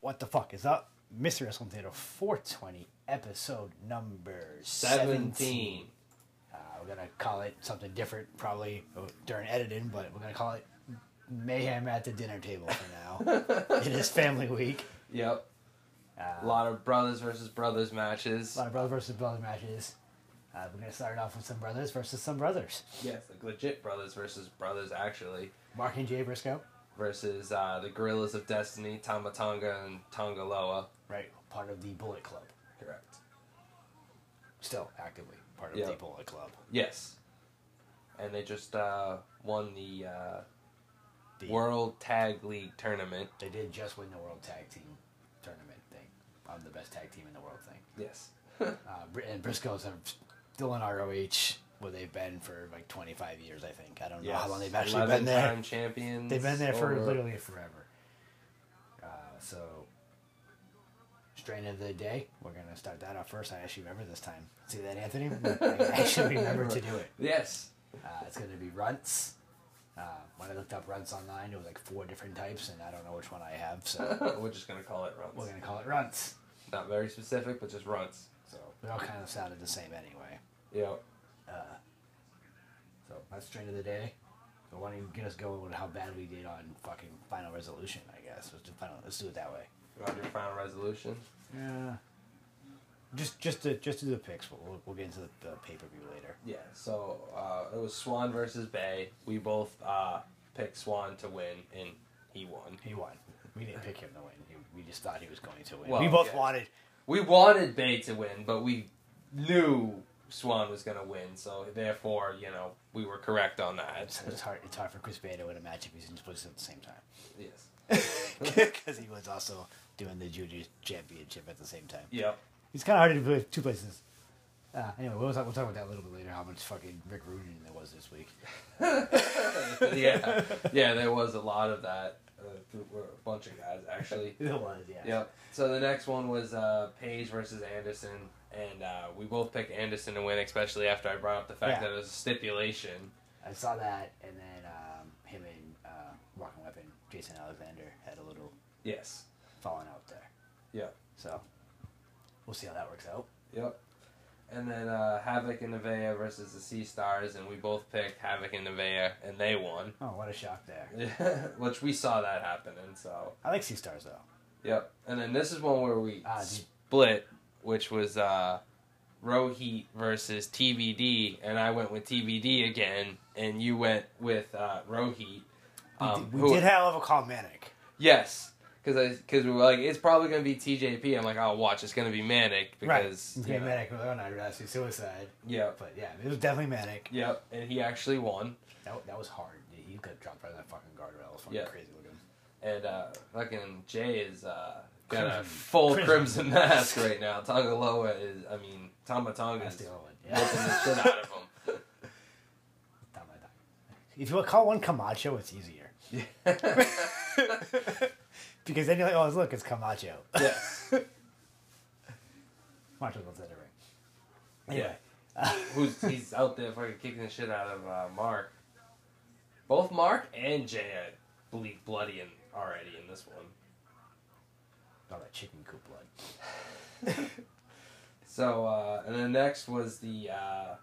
What the fuck is up? Mr. Wrestling Theater 420, episode number 17. 17. Uh, we're going to call it something different probably uh, during editing, but we're going to call it Mayhem at the Dinner Table for now. it is family week. Yep. Uh, A lot of brothers versus brothers matches. a lot of brother versus brother matches. Uh, we're going to start off with some brothers versus some brothers. Yes, like legit brothers versus brothers actually. Mark and Jay Briscoe, Versus uh, the Gorillas of Destiny, Tama Tonga and Tonga Loa. right, part of the Bullet Club. Correct. Still actively part of Yeah. the Bullet Club. Yes. And they just uh, won the uh, The- World Tag League tournament. They did just win the World Tag Team Tournament thing. I'm the best tag team in the world thing. Yes. Uh, Br- and Briscoes are still in ROH where they've been for like 25 years, I think. I don't know how long they've actually been there. Time champions. They've been there for over- literally forever. Uh, so, strain of the day. We're gonna start that off first. I actually remember this time. See that, Anthony? I actually remember to do it. Yes. Uh, it's gonna be runts. Uh, when I looked up runts online, it was like four different types, and I don't know which one I have. So We're just gonna call it we're runs. gonna call it runts. Not very specific, but just runs. So they all kind of sounded the same anyway. Yep. Uh, So that's strain of the day. So why don't you get us going with how bad we did on fucking final resolution? I guess let's do final. Let's do it that way. You want your final resolution? Yeah. Just just to just to do the picks. We'll, we'll, we'll get into the, the pay per view later. Yeah, so uh, it was Swan versus Bay. We both uh, picked Swan to win, and he won. He won. We didn't pick him to win. He- we just thought he was going to win. Well, we both yeah. wanted. We wanted Bay to win, but we knew Swan was going to win, so therefore, you know, we were correct on that. It's, it's hard. It's hard for Chris Bay to win a match if he's in places at the same time. yes. Because he was also doing the junior championship at the same time. Yep. It's kind of hard to play two places. Uh, anyway, we'll talk, we'll talk about that a little bit later. How much fucking Rick Rudin there was this week. yeah. Yeah, there was a lot of that. Uh, through- were a bunch of guys, actually. It was, yeah. Yep. So the next one was uh, Page versus Anderson, and uh, we both picked Anderson to win, especially after I brought up the fact Yeah. that it was a stipulation. I saw that, and then um, him and uh, Walking Weapon, Jason Alexander, had a little Yes. falling out there. Yep. So we'll see how that works out. Yep. And then uh, Havoc and Nevaeh versus the Sea Stars, and we both picked Havoc and Nevaeh, and they won, Oh, what a shock there. which we saw that happening. So I like Sea Stars, though. yep. And then this is one where we Ah, dude. split, which was uh, Rohit versus TBD, and I went with TBD again, and you went with uh, Rohit. um, we did, who- we did have a level called Manic. yes. Because because we were like, it's probably gonna be TJP. I'm like, oh, watch, it's gonna be manic because right. you Yeah, know. Manic. Well, not Rescue Suicide. Yep. But yeah, it was definitely Manic. Yep, and he actually won. That, that was hard. dude. He could have dropped right on that fucking guardrail. It was fucking Yeah. crazy looking. And uh, fucking Jay is uh, got a Crimson. full Crimson. crimson, mask right now. Tagaloa is, I mean, Tama Tonga That's is the other one. whipping Yeah. the shit out of him. Not my dog. if you call one Camacho, it's easier. because then you're like, oh, look, it's Camacho. yes. Camacho goes in the ring. Anyway, Who's he's out there fucking kicking the shit out of uh, Mark. Both Mark and Jay are bleed bloody and already in this one. all that chicken coop blood. So uh, and then next was the uh,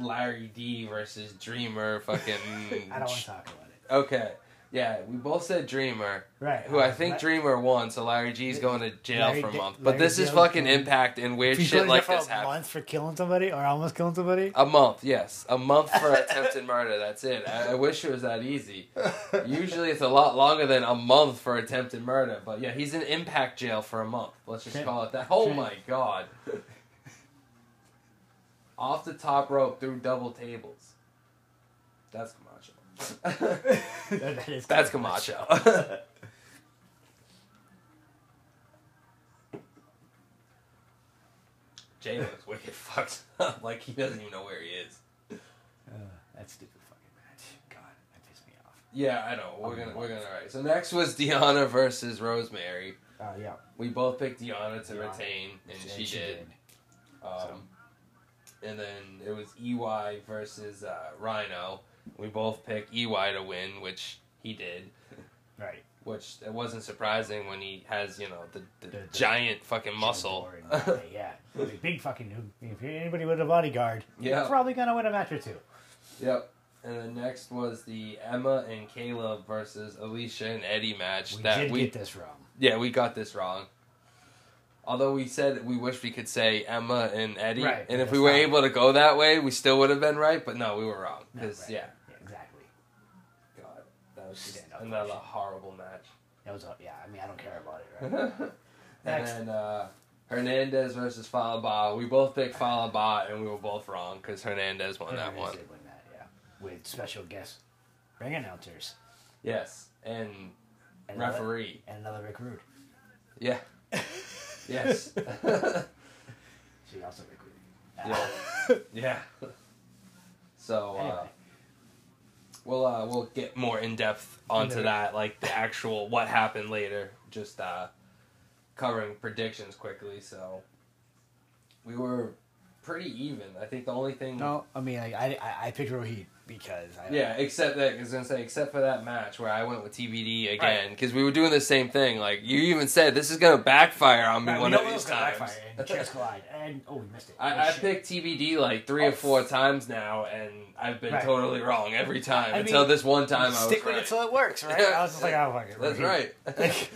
Larry D versus Dreamer fucking. I don't want to talk about it. okay. Yeah, we both said Dreamer. Right. Who I uh, think let- Dreamer won, so Larry G's going to jail Larry for a Di- month. Larry But this is G's fucking going- impact and weird If you shit go like for this a happens. month for killing somebody or almost killing somebody. A month, yes. A month for attempted murder. That's it. I, I wish it was that easy. Usually it's a lot longer than a month for attempted murder. But yeah, he's in impact jail for a month. Let's just Okay. call it that. Oh Okay. my god. Off the top rope through double tables. That's Camacho. that is That's Camacho. Jay looks wicked fucked up. Like he doesn't even know where he is. Uh, that stupid fucking match. God, that pissed me off. Yeah, I know. We're Oh, gonna my. we're gonna alright. So next was Deanna versus Rosemary. Uh, yeah. We both picked Deanna to Deanna. retain, and And she, did. Um, And then it was EY versus E uh, Rhino. We both picked EY to win, which he did. Right. which it wasn't surprising when he has you know the, The- the, the giant fucking muscle. Boring. yeah, Like, big fucking. If you're anybody with a bodyguard, Yeah. you're probably gonna win a match or two. yep. And then next was the Emma and Caleb versus Alicia and Eddie match We that did we get this wrong. yeah we got this wrong. Although we said we wish we could say Emma and Eddie, Right, and if that's we were not- able to go that way, we still would have been right. But no, we were wrong No, because right. yeah, exactly. God, that was just Stand-up another action. horrible match. That was a, yeah. I mean, I don't care about it. Right? and Next. then uh, Hernandez versus Falaba. We both picked Falaba, and we were both wrong because Hernandez won that Hernandez one. did win that, yeah. With special guest ring announcers Yes, and and another- referee. and another Rick Rude. Yeah. Yes. She also Rick Rude. Ah, yeah. Yeah. So uh, Anyway. we'll uh, we'll get more in depth onto Later. that, like the actual what happened later. Just uh, covering predictions quickly. So we were pretty even. I think the only thing No, I mean, like, I, I I picked Rohit because I Yeah, except that I was gonna say, except for that match where I went with TBD again because we were doing the same thing. Like you even said, this is gonna backfire on me Right, we one know of it these was gonna times. backfire, and chairs collide, and oh, we missed it. Oh, I, I shit. picked TBD like three or Oh, four times now, and I've been Right. totally wrong every time I mean, until this one time. I was Stick with right. it till it works, right? Yeah. I was just like, oh fuck it. That's Rohit. right.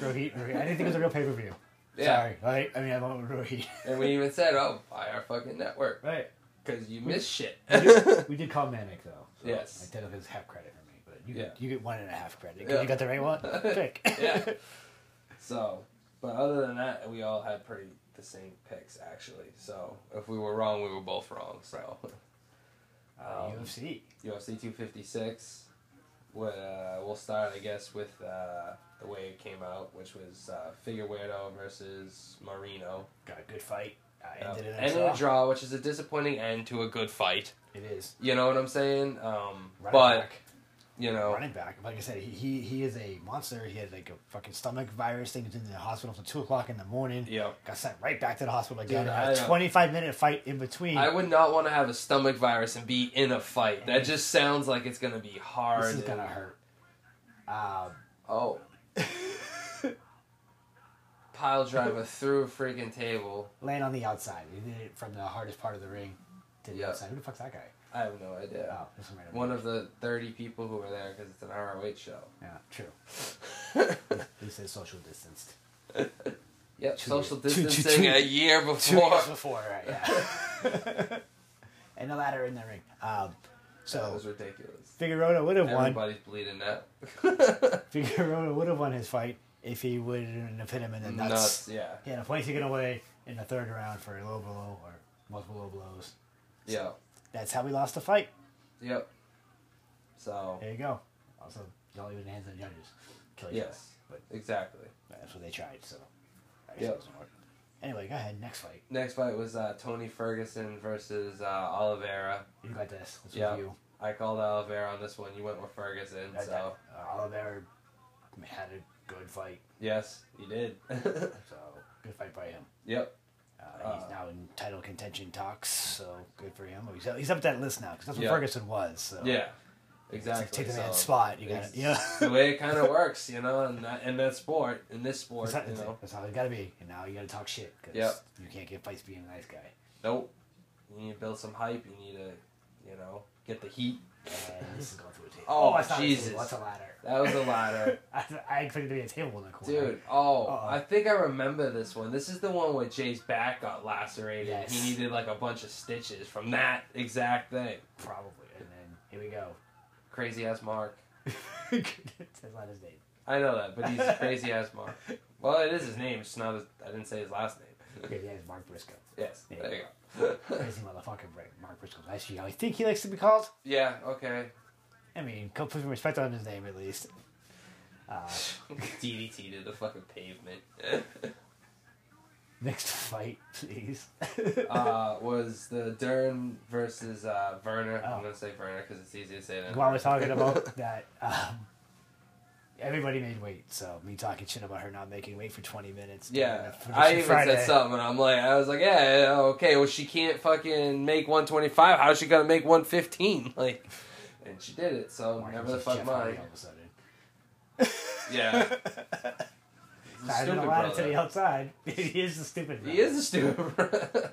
Rohit, Rohit. I didn't think it was a real pay per view. Yeah. Sorry, right? I mean, I went with Rohit. and we even said, "Oh, buy our fucking network Right. because you miss shit." We did call Manic though. So Yes. I did his half credit for me, but you Yeah. get, you get one and a half credit. 'cause Yeah. You got the right one. Pick. yeah. So, but other than that, we all had pretty the same picks actually. So if we were wrong, we were both wrong. So Uh, Um, UFC. UFC 256. What uh, we'll start, I guess, with uh, the way it came out, which was uh, Figueredo versus Marino. Got a good fight. I Uh, ended it in ended a in a draw. draw, which is a disappointing end to a good fight. It is. You know what I'm saying? Um, Running but Oh. back. you know, Running back. Like I said, he, he he is a monster. He had like a fucking stomach virus thing. He was in the hospital till 2 o'clock in the morning. yeah. Got sent right back to the hospital again. Dude, had I, uh, a 25 minute fight in between. I would not want to have a stomach virus and be in a fight. That just sounds like it's gonna be hard. this is going to and- hurt. Um, Oh. Pile driver through a freaking table. laying on the outside. He did it from the hardest part of the ring to the Yeah. outside. Who the fuck's that guy? I have no idea. Oh, this one right One of the 30 people who were there because it's an ROH show. Yeah, true. He says social distanced. yep, Two social years. Two- two- distancing two- a year Two before. years before, right? Yeah. and the ladder in the ring. Um, That so was ridiculous. Figueroa would have won. Everybody's bleeding out. Figueroa would have won his fight if he wouldn't have hit him in the nuts. Nuts, yeah. He had a point taken away in the third round for a low blow or multiple low blows. Yeah. That's how we lost the fight. Yep. So, There you go. Also, don't leave it in the hands of the judges. Kill each yes, other. exactly. But that's what they tried. So, I guess Yep. it doesn't work. Anyway, go ahead. Next fight. Next fight was uh, Tony Ferguson versus uh, Oliveira. You got this. This Yeah. was you. I called Oliveira on this one. You went with Ferguson, That- so that- uh, Oliver had a good fight, yes, you did. so good fight by him. yep. Uh, Uh, he's now in title contention talks, so good for him. He's, he's up that list now because that's what Yeah. Ferguson was. So Yeah. it's like, Exactly. take the man's so spot. You it's got yeah. the way it kind of works, you know, in that, in that sport, in this sport, That's how, you that's- know. that's how it got to be. And now you got to talk shit because Yep. you can't get fights being a nice guy. Nope. You need to build some hype. You need to, you know, get the heat. And this is going through a table. Oh, it's not Jesus. A table, it's a ladder. That was a ladder. I, I expected to be a table in the corner. Dude, oh, Uh-oh. I think I remember this one. This is the one where Jay's back got lacerated. Yes. He needed like a bunch of stitches from that exact thing. probably. And then here we go. Crazy ass Mark. That's not his name. I know that, but he's a crazy ass Mark. Well, it is his name. It's not. His, I didn't say his last name. Okay, yeah, it's Mark Briscoe. yes. Yeah. There you go. Crazy motherfucker, Brett- Mark Briscoe. That's you. I think he likes to be called. yeah. Okay. I mean, come put some respect on his name at least. Uh, DDT to the fucking pavement. next fight, please. uh, was the Dern versus uh, Werner. Oh. I'm gonna say Werner because it's easy to say that. While we're talking about that, um, everybody made weight, so me talking shit about her not making weight for 20 minutes. Yeah, during the I even Friday. said something, and I'm like, I was like, yeah, yeah, okay, well, she can't fucking make 125. How's she gonna make 115? Like, and she did it. So Mark was never the just fuck Jeff mind. Hardy all of a sudden. Yeah. He's a I didn't stupid allow it to brother. be outside. he is a stupid. He brother. is a stupid brother.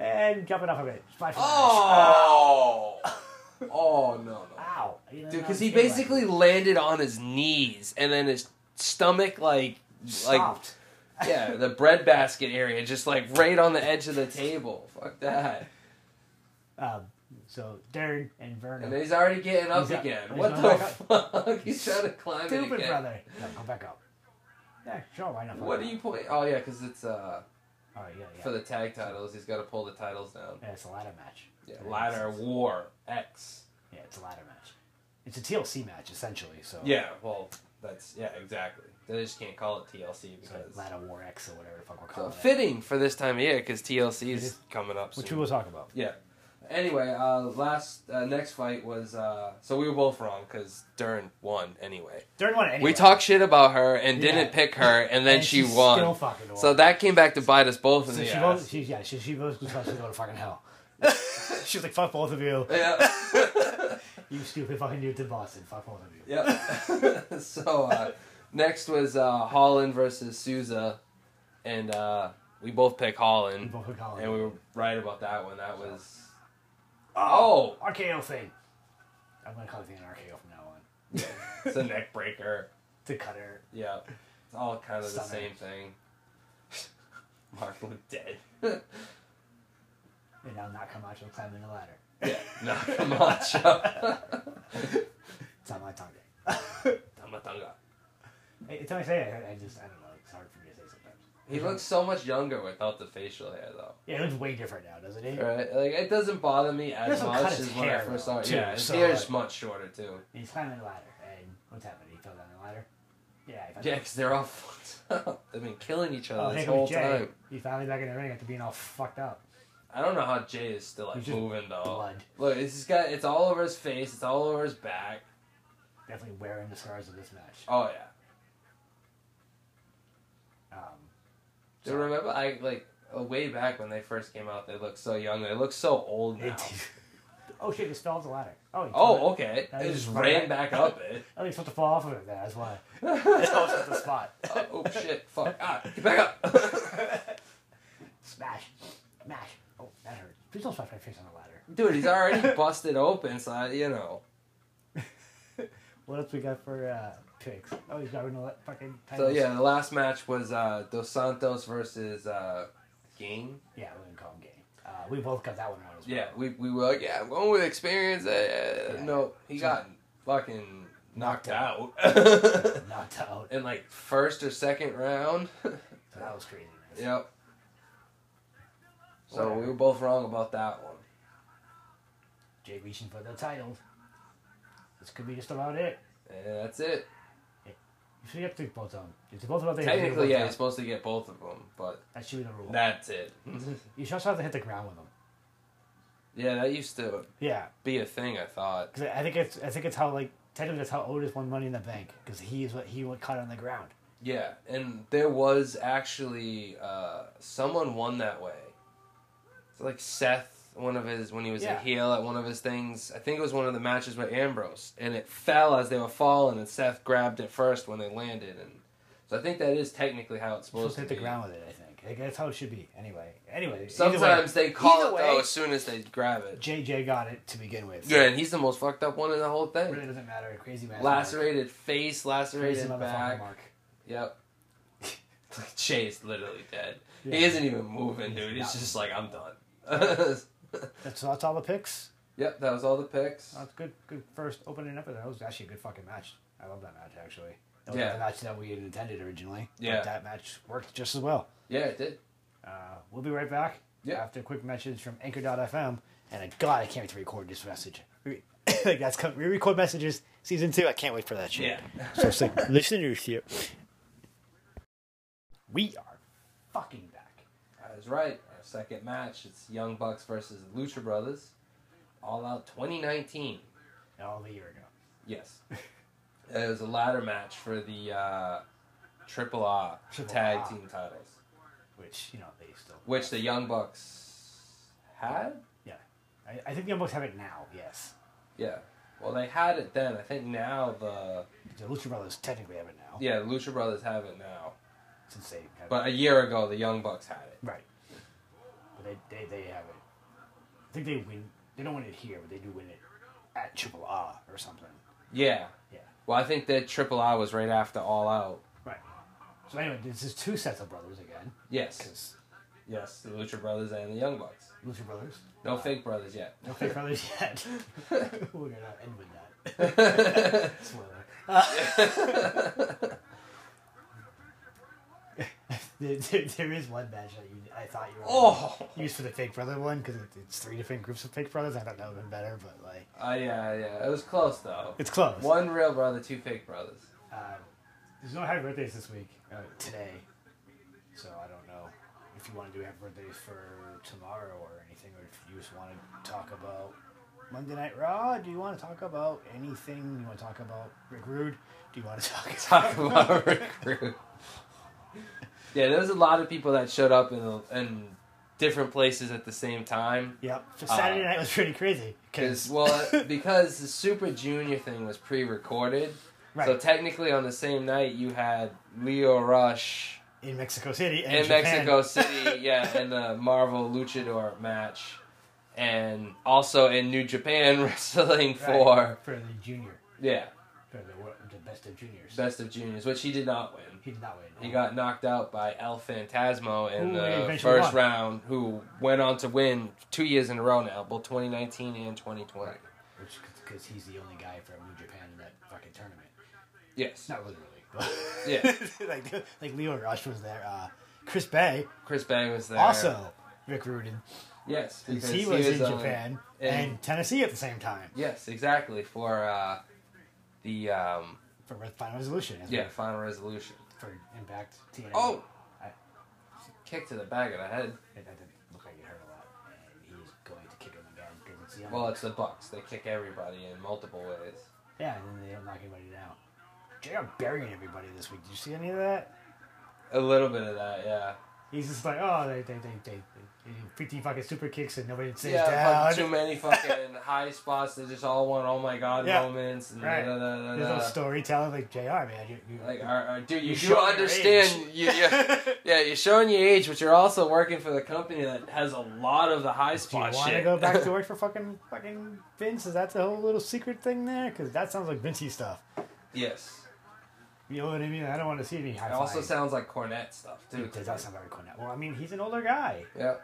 And jumping off a bit. Bye for Oh. oh no. no. now. Ow! You know, Dude, because that he was good, like, basically landed on his knees and then his stomach like stopped. like yeah, the breadbasket area just like right on the edge of the table. Fuck that. Um, so Dern and Vernon. And then he's already getting up He's up. again. He's What not the back fuck? He's trying to climb it Stupid again. brother. No, go back up. Yeah, sure. Why not? What do you point? Oh yeah, because it's uh Oh yeah, yeah. for the tag titles. He's got to pull the titles down. yeah, it's a ladder match. Yeah, Yeah, ladder it's- war X. Yeah, it's a ladder match. It's a TLC match essentially. So Yeah, well, that's yeah, exactly. They just can't call it TLC So because ladder war X or whatever the fuck we're so calling it. fitting for this time of year because TLC It is is. coming up. Which soon. we will talk about. Yeah. Anyway, uh, last uh, next fight was uh, so we were both wrong because Dern won anyway. Dern won it anyway. We talked shit about her and Yeah. didn't pick her, and then And she she's won. Still fucking won. so that came back to bite us both in So the she ass. votes. She, yeah, she, she votes because she's going to fucking hell. She's like, fuck both of you. Yeah. You stupid fucking dude to Boston. Fuck both of you. yeah. so uh, next was uh, Holland versus Souza, and uh, we both picked You Holland, both would call it. and we were right about that one. That was Ah. oh, RKO thing. I'm going to call it the RKO from now on. it's a neck breaker. It's a cutter. Yeah. It's all kind of the Stunning. same thing. Mark looked dead. And now not Camacho climbing the ladder. yeah. No, Camacho. It's on my tongue. Tamatanga. Hey, It's how I say it. I- I just, I don't know. It's hard for me to say sometimes. He looks so much younger without the facial hair, though. Yeah, it looks way different now, doesn't it? Right? Like, it doesn't bother me as doesn't cut much his as when I hair, first though, saw it. too, Yeah, his so, hair's like- much shorter, too. And he's climbing the ladder. And what's happening? He fell down the ladder? Yeah. He fell Yeah, down. because they're all fucked up. They've been killing each other Oh, this here whole comes Jay. time. He's finally back in the ring after being all fucked up. I don't know how Jay is still like He's just moving though. blood. Look, it's just got it's all over his face, it's all over his back. Definitely wearing the scars of this match. Oh yeah. Um, Do you remember? I like uh, way back when they first came out. They looked so young. They look so old now. oh shit! Just fell off the ladder. Oh. he fell- Oh, okay. That They is just right. ran back up it. Oh, he's supposed to fall off of it. That's why. That's how it's at the spot. Oh, oh, shit! Fuck! Ah, get back up! Smash, smash. Oh, that hurt. Please don't smash my face on the ladder. Dude, he's already busted open. So I- you know, What else we got for uh, picks? Oh, he's grabbing the le- fucking. so titles. yeah, the last match was uh, Dos Santos versus uh, Ging. Yeah, we're gonna call him gay. Uh, we both got that one right as well. Yeah, we we were like, yeah, I'm going with experience. Uh, Yeah. No, he got fucking knocked out Knocked out. in like first or second round. So that was crazy. Yep. So Whatever. we were both wrong about that one. Jay reaching for the title. This could be just about it. And that's it. So you have to pick both of them. If they're both about the Technically, yeah, you're supposed to get both of them, but That should be the rule. that's it. You should also have to hit the ground with them. yeah, that used to Yeah. be a thing. I thought. Cause I think it's I think it's how like technically that's how Otis won Money in the Bank because he is what he what caught on the ground. Yeah, and there was actually uh, someone won that way. It's like Seth. One of his when he was Yeah. a heel at one of his things, I think it was one of the matches with Ambrose, and it fell as they were falling, and Seth grabbed it first when they landed, and so I think that is technically how it's You're supposed supposed to to hit the be. ground with it. I think Like, that's how it should be. Anyway, anyway. either Sometimes way, they call either it way, though as soon as they grab it. JJ got it to begin with. Yeah, and he's the most fucked up one in the whole It really thing. doesn't matter. Crazy man. Lacerated face, Crazy lacerated motherfucker back. Mark. Yep. Jay's literally dead. Yeah. He isn't even moving, dude. He's just like, I'm done. That's that's all the picks. yep, that was all the picks. That's good. Good first opening up. That was actually a good fucking match. I love that match actually. That was Yeah. the match that we had intended originally. but Yeah. that match worked just as well. Yeah, it did. Uh, we'll be right back Yeah. after a quick message from Anchor.fm. And I- God, I can't wait to record this message. Re- like that's co- re-record messages season two. I can't wait for that shit. Yeah. So it's like, listen to you. We are fucking back. I was right. Our second match, it's Young Bucks versus Lucha Brothers. All out 2019. All a year ago. Yes. it was a ladder match for the uh, Triple R Triple tag R. team titles. Which, you know, they still Which the Young Bucks had? Yeah. I, I think they almost have it now, yes. Yeah. Well, they had it then. I think now the The Lucha Brothers technically have it now. yeah the Lucha Brothers have it now, Since they have but a year ago the Young Bucks had it. Right. But they, they, they have it. I think they win. They don't win it here, but they do win it at Triple R or something. Yeah. Yeah. Well, I think that Triple R was right after All Out. Right. So anyway, this is two sets of brothers again. Yes. Because Yes, the Lucha Brothers and the Young Bucks. Lucha Brothers. No fake brothers yet. No fake brothers yet. We're gonna end with that. Spoiler. there, there, there is one match that you, I thought you were gonna oh. use for the fake brother one because it's three different groups of fake brothers. I thought that would have been better, but like Uh, yeah, yeah. It was close though. it's close. One real brother, two fake brothers. Uh, there's no happy birthdays this week. Uh, today. So I don't know if you want to do happy birthdays for tomorrow or anything, or if you just want to talk about Monday Night Raw. Do you want to talk about anything? You want to talk about Rick Rude? Do you want to talk, Talk about recruit. yeah, there was a lot of people that showed up in the, in different places at the same time. Yep. So Saturday Uh, night was pretty crazy. 'Cause- Cause, well, because the Super Junior thing was pre-recorded, right so technically on the same night you had Leo Rush in Mexico City and in Japan. Mexico City, yeah, in the Marvel Luchador match, and also in New Japan wrestling Right, for for the junior, yeah for the, wor- the best of juniors. Best of Juniors, which he did not win. he did not win. He got knocked out by El Fantasmo in Who the eventually first won. round, who went on to win two years in a row now, both 2019 and 2020. Right. which because he's the only guy from New Japan in that fucking tournament. Yes. Not literally, but Yeah. like like Leo Rush was there. Uh, Chris Bay Chris Bang was there. also Rick Rudin because Yes. Because uh, he was, in on- Japan in- and, Tennessee at the same time Yes, exactly. For uh, the, um, for Re- Final Resolution. as yeah, Final Resolution. well, for Impact TNA. Oh! I- Kick to the back of the head. it, that didn't look like it hurt a lot, and he's going to kick him again because it's young. Well, it's the Bucks. They kick everybody in multiple ways. yeah, and then they don't knock anybody down. JR burying everybody this week. Did you see any of that? A little bit of that, yeah. He's just like, oh, they they they they, they, do 15 fucking super kicks and nobody stays Yeah, down. fucking too many fucking high spots. They just all want "Oh my god" Yeah. moments. And Right. da, da, da, There's no da. storytelling like JR, man. You, you, Like, all right, all right, dude, you, You're do showing your understand. age. You, yeah, yeah, you're showing your age, but you're also working for the company that has a lot of the high Do you spot want to shit. go back to work for fucking fucking Vince? Is that the whole little secret thing there? Because that sounds like Vincey stuff. yes, You know what I mean? I don't want to see any high it also flying. sounds like Cornette stuff too. It does not sound very cool now. Well, I mean, he's an older guy. Yeah,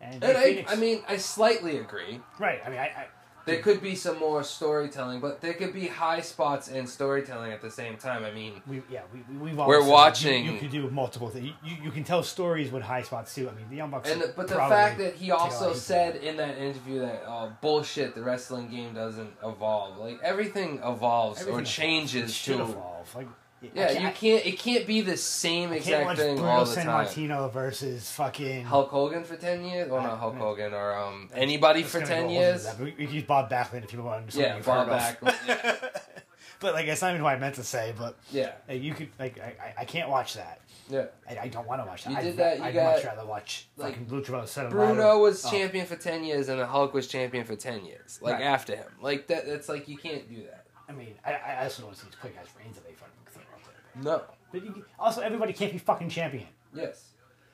And, and Jay I, Phoenix- I mean, I slightly agree. right. I mean, I, I There could be some more storytelling, but there could be high spots and storytelling at the same time. I mean, we yeah we we- we've We're always said watching- You, you can do multiple things. You, you can tell stories with high spots too. I mean, the Young Bucks. And the, but the probably- E fact that he also Taylor, said in that interview that oh bullshit the wrestling game doesn't evolve like everything evolves everything or changes should to evolve. Like, yeah you can't it can't be the same I can't exact watch thing Bruno all the San time. Martino versus fucking Hulk Hogan for ten years or Right, not Hulk right. Hogan or um anybody It's for gonna ten go years over that. We, we use Bob Backlund if people want to. yeah fall back yeah, But like, that's not even what I meant to say. But yeah uh, you could like, I, I- I can't watch that. yeah I, I don't want to watch that. You I'd, did that, you I'd got, much rather watch like, fucking Lucha Brothers. Set of Bruno Ladder. was Oh, champion for ten years and the Hulk was champion for ten years like Right. after him like that that's like you can't do that I mean, I, I also don't want to see these quick ass reigns that they fucking throw out there. no But you, also, everybody can't be fucking champion. yes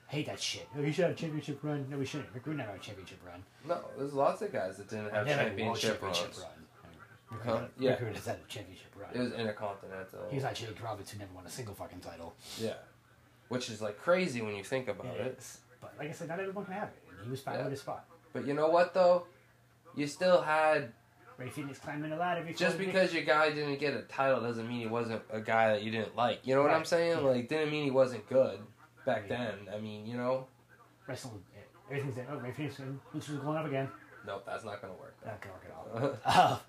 I hate that shit. Oh, you should have a championship run. No, we shouldn't. McGrew never had a championship run. no there's lots of guys that didn't have Never had a world championship runs. run. Huh? McGrew, Yeah. McGrew has had a championship run. It was Intercontinental. He was not Jake Roberts, who never won a single fucking title. yeah. Which is like crazy when you think about Yeah. it. But like I said, not everyone can have it. And he was fine Yeah. with his spot. But you know what though? You still had Ray Phoenix climbing a ladder before just he- because your guy didn't get a title doesn't mean he wasn't a guy that you didn't like. You know what I'm Right. saying? Yeah. Like didn't mean he wasn't good back Yeah. then. I mean, you know, wrestled. Everything's there. Oh, Ray Phoenix and Lucha's going up again. nope, that's not gonna work. That can work Uh-huh. at all. Oh,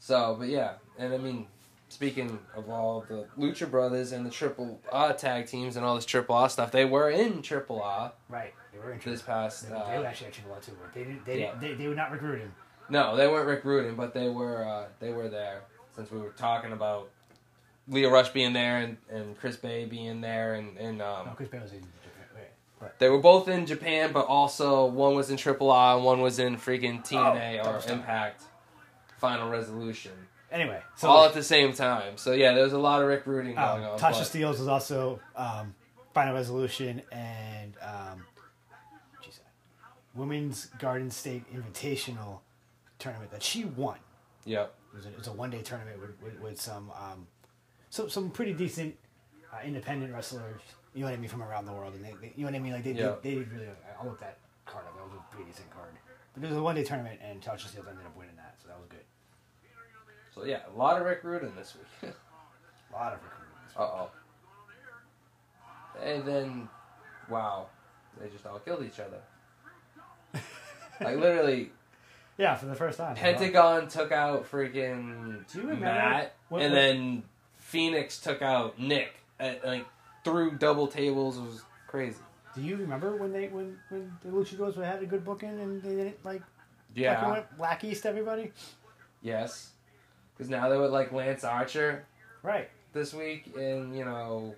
So, but yeah, and I mean, speaking of all the Lucha Brothers and the Triple R tag teams and all this Triple R stuff, they were in Triple R right. They were in this Triple past. they, they were Uh, actually at Triple R too. but They, didn't, they, Yeah. they, they would not recruit him. No, they weren't Rick Rudin, but they were uh, they were there since we were talking about Leo Rush being there and, and Chris Bay being there and, and No, um, Chris Bay was in Japan. Wait, but they were both in Japan, but also one was in Triple R and one was in freaking TNA Oh, or double stop. Impact. Final Resolution, Anyway, so all at the same time. So yeah, there was a lot of Rick Rooting um, going on. Tasha but- Steeles is also um, Final Resolution and um, geez, Women's Garden State Invitational tournament that she won. Yep. It was a, it was a one day tournament with, with, with some um, some some pretty decent uh, independent wrestlers. You know what I mean from around the world, and they, they- you know what I mean. Like they, Yeah. they, they did really. I- I looked that card up. That was a pretty decent card. But it was a one day tournament, and Tasha Steeles ended up winning that, so that was good. So yeah, a lot of Rick Rooting this week. A lot of recruitment. Uh oh. And then, wow, they just all killed each other. like literally, Yeah, for the first time. Pentagon took out freaking Do you remember Matt, what- and what- then Phoenix took out Nick. At, like through double tables it was crazy. Do you remember when they when when the Luchadors had a good booking and they didn't like fucking Yeah. went Black East everybody? Yes. Because now they're with like Lance Archer Right. this week, and you know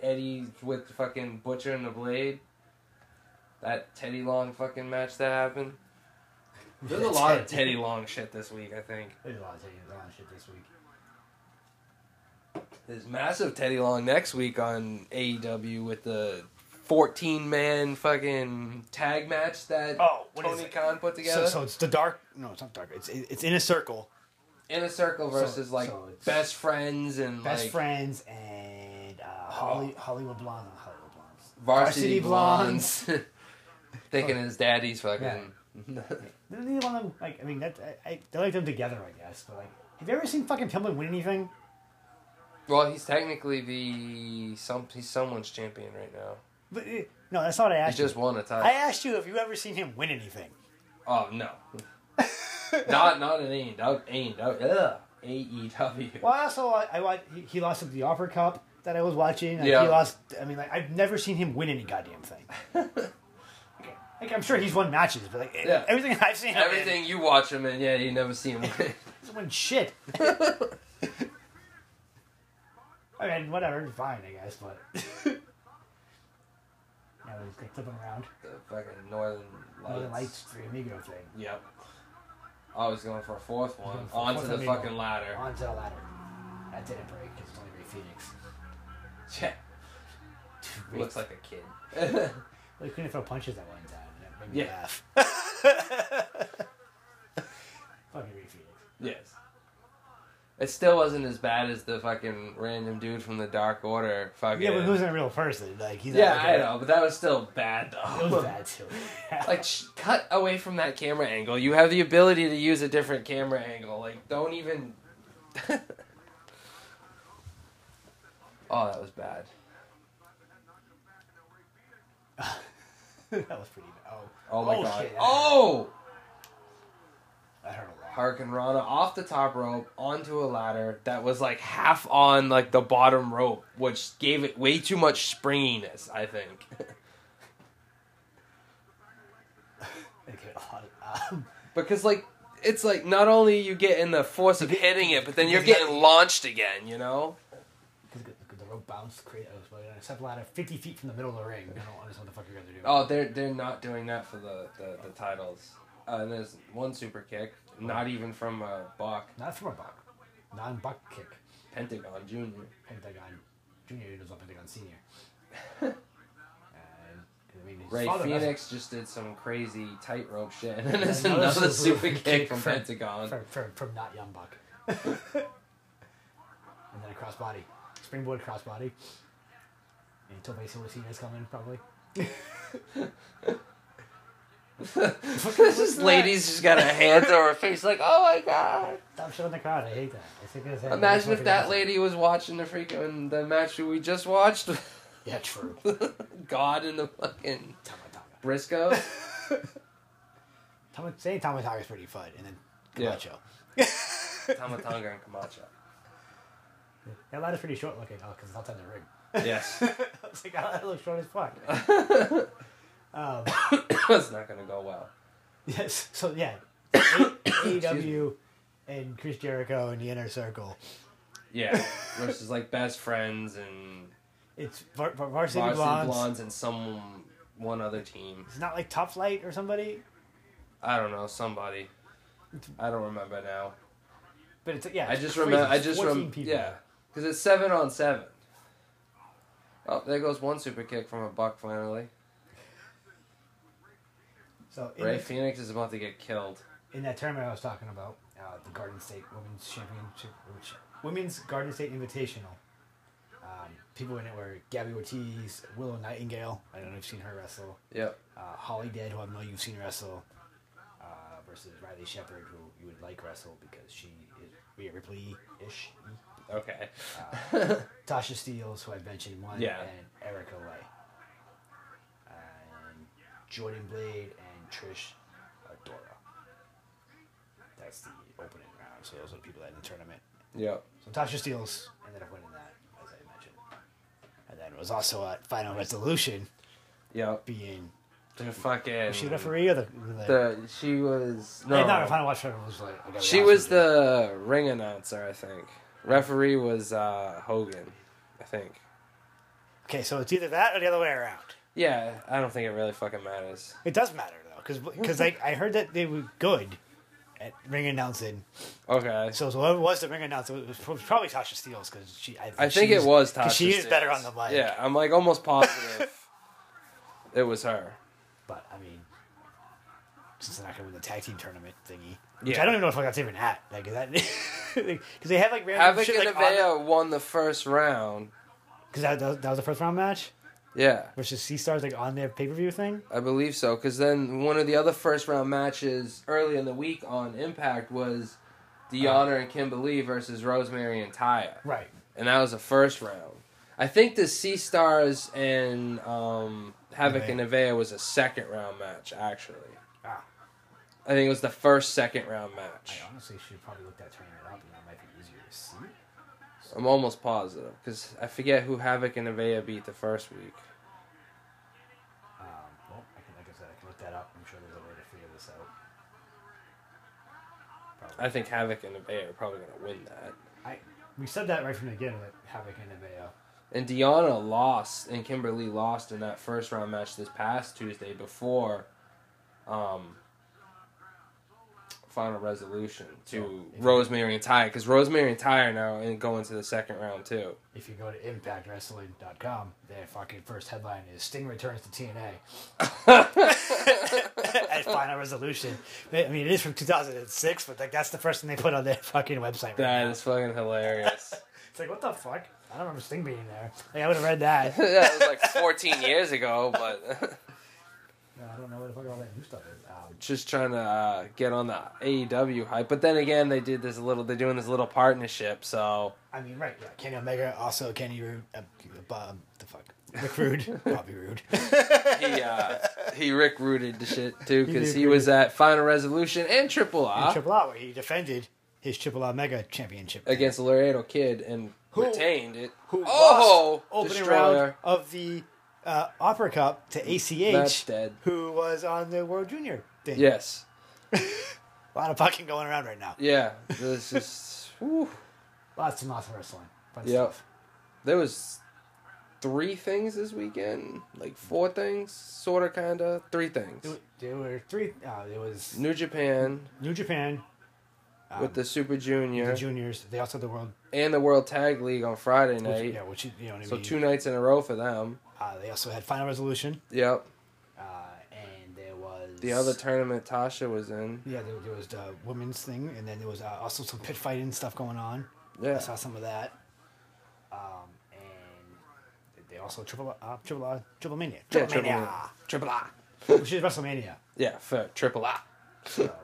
Eddie with fucking Butcher and the Blade. That Teddy Long fucking match that happened. There's a lot of Teddy Long shit this week, I think. There's a lot of Teddy Long shit this week. There's massive Teddy Long next week on AEW with the 14 man fucking tag match that Oh, what is Tony it? Khan put together. So, so it's the dark. No, it's not dark. It's it's in a circle. In a circle versus so like it's- best friends and Best like friends and uh, Holly, Hollywood blondes. not Hollywood blondes. varsity, Varsity blondes. Thinking his daddy's fucking. Doesn't either one of them like? I mean, that I, I they like them together, I guess. But like, have you ever seen fucking Pillman win anything? Well, he's technically the some he's someone's champion right now. But, eh, no, that's not what I He asked. just you. won a title. I asked you if you ever seen him win anything. Oh no, not not an AEW. AEW. Ugh. E AEW. Well, I also I, I watched, he, he lost at the Opera Cup that I was watching. Like, Yeah. He lost. I mean, like I've never seen him win any goddamn thing. like I'm sure he's won matches, but like eh, Yeah. everything I've seen, him in, Everything you watch him in, yeah, you never see him win. he's won shit. I mean, whatever, fine, I guess, but. Yeah, they- they flip him around. the fucking Northern Lights. Northern Lights, Three Amigo thing. Yep. I was going for a fourth one. Going for a Onto fourth the amigo. fucking ladder. Onto the ladder. That didn't break because it's only Ray Phoenix. Yeah. Looks like a kid. Well, he couldn't throw punches at one time. That made me Yeah. laugh. Fucking Ray Phoenix. yes. It still wasn't as bad as the fucking random dude from the Dark Order fucking. Yeah, but who's a real person? Like he's Yeah, not like I a- know, but that was still bad It though. was bad too. like, sh- cut away from that camera angle. You have the ability to use a different camera angle. Like, don't even. oh, that was bad. that was pretty bad. Oh, Oh my god. shit, that Oh! hurt. that hurt a lot. Hurricane Rana off the top rope onto a ladder that was like half on like the bottom rope, which gave it way too much springiness, I think. It hurt a lot. Um, because like it's like not only you get in the force of hitting it, but then you're getting launched again, you know? because the, the rope bounced crazy. I was like, I stepped a ladder fifty feet from the middle of the ring. I don't understand what the fuck you're gonna do. Oh, they're they're not doing that for the, the, the titles. Uh, and there's one super kick, not even from uh, Bach, Not from a buck. Non-buck kick. Pentagon Jr. Pentagon Junior knows not Pentagon Senior. And, I mean, his Ray father doesn't- Phoenix just did some crazy tightrope shit, and then there's Another another super super kick kick from from- Pentagon. from, from, from not young buck. and then a crossbody, springboard crossbody. And Tobey Suicina's coming probably. this is lady's just got her hands over her face, like, oh my god. Stop showing the crowd. I hate that. I think it's- it's Imagine if fucking that awesome. lady was watching the freaking the match we just watched, Yeah, true. God and the fucking Tamatanga. Briscoe. Tama, saying Tamataga's pretty fun, and then Yeah. Camacho. Tamatanga and Camacho. That ladder's pretty short looking, oh, because it's outside the ring. Yes, I was like, "Oh, that looks short as fuck. um, it's not gonna go well. yes, so yeah, AEW and Chris Jericho in the inner circle. Yeah, versus like best friends and It's var- var- varsity, varsity blondes. blondes and some one other team. It's not like Top Flight or somebody. I don't know somebody. I don't remember now. But it's yeah. I it's just crazy. remember. I It's just 14 remember. people. Yeah, because it's seven on seven. Oh, there goes one super kick from a buck finally. So in, Ray the- Phoenix is about to get killed. in that tournament I was talking about, uh, the Garden State Women's Championship, which- Women's Garden State Invitational. Um, people in it were Gabby Ortiz, Willow Nightingale. I don't know if you've seen her wrestle. Yep. Uh, Holly Dead, who I know you've seen wrestle, uh, versus Riley Shepard, who you would like wrestle because she is Rhea Ripley ish. Okay. Uh, Tasha Steeles, who I mentioned one, Yeah. and Erica Lay, and Jordan Blade and Trish Adora. That's the opening round. So those are the people that in the tournament. Yep. So Tasha Steeles ended up winning that, as I mentioned, and then it was also at Final Resolution Yep. being The fucking. was she the referee or the, the, The she was No, not no. if I don't watch her. I was like, I gotta be She honest was with the ring announcer, I think. Referee was uh, Hogan, I think. you. Okay, so it's either that or the other way around. Yeah, I don't think it really fucking matters. It does matter though, because like I heard that they were good at ring announcing. Okay. So whoever was the ring announcer it was pro- probably Tasha Steeles because she. I, I think it she's- was Tasha. 'cause She is Steelz. better on the mic. Yeah, I'm like almost positive it was her. but I mean, since they're not gonna win the tag team tournament thingy, which Yeah. I don't even know if like, that's even at like is that because they have like random Havoc shit and like because Nevaeh won the first round. that, that was- that was the first round match Yeah, versus Sea Stars like on their pay per view thing. I believe so. Because then one of the other first round matches early in the week on Impact was Deanna and Kimberly versus Rosemary and Taya, Right. and that was the first round. I think the Sea Stars and um, Havoc Nevaeh. and Nevaeh was a second round match. Actually, Ah. I think it was the first second round match. I honestly should probably look that tournament up, and that might be easier to see. I'm almost positive because I forget who Havoc and Nevaeh beat the first week. Um, well, I can, like I said, I can look that up. I'm sure there's a way to figure this out. Probably. I think Havoc and Nevaeh are probably gonna win that. I, we said that right from the beginning that Havoc and Nevaeh. And Deanna lost, and Kimberly lost in that first round match this past Tuesday before um, final resolution to Yeah. Rosemary and Ty because Rosemary and Ty are now in, going to the second round too. If you go to ImpactWrestling.com, their fucking first headline is Sting returns to TNA at Final Resolution. I mean, it is from 2006, but like that's the first thing they put on their fucking website. Right That now. is fucking hilarious. It's like what the fuck? I don't remember Sting being there. Like I would have read that. no, that was like 14 years ago, but I don't know what the fuck all that new stuff is. Um, just trying to uh, get on the AEW hype. But then again, they did this little. They're doing this little partnership, so I mean, right? Yeah, Kenny Omega, also Kenny Rude, uh, Bob, the fuck, Rick Rude, Bobby Rude. he uh, he Rick rooted the shit too He because did he Rick was at Final Resolution and Triple in R Triple R, where he defended his Triple R Mega Championship against Laredo Kid and Who- retained it. Who oh, lost opening round destroyer. of the uh, Opera Cup to That's ACH, dead. who was on the World Junior thing. Yes, a lot of fucking going around right now. yeah. This is whew. Lots of mouth wrestling. Fun Yep. stuff. There was three things this weekend, like four things, sorta, kinda, three things. There- There were three. Uh, there was New Japan New Japan um, with the Super the Junior juniors. They also had the World, and the World Tag League on Friday which, night. yeah, which you you know what I So mean. two nights in a row for them. uh, they also had Final Resolution, Yep. uh, and there was The other tournament Tasha was in. Yeah, there, there was the women's thing, and then there was uh, also some pit fighting stuff going on. I Yeah. saw some of that. Um, and they also triple uh, triple uh, triple mania, Yeah, triple Triple mania, Triple R. which is WrestleMania. Yeah, for Triple R. So.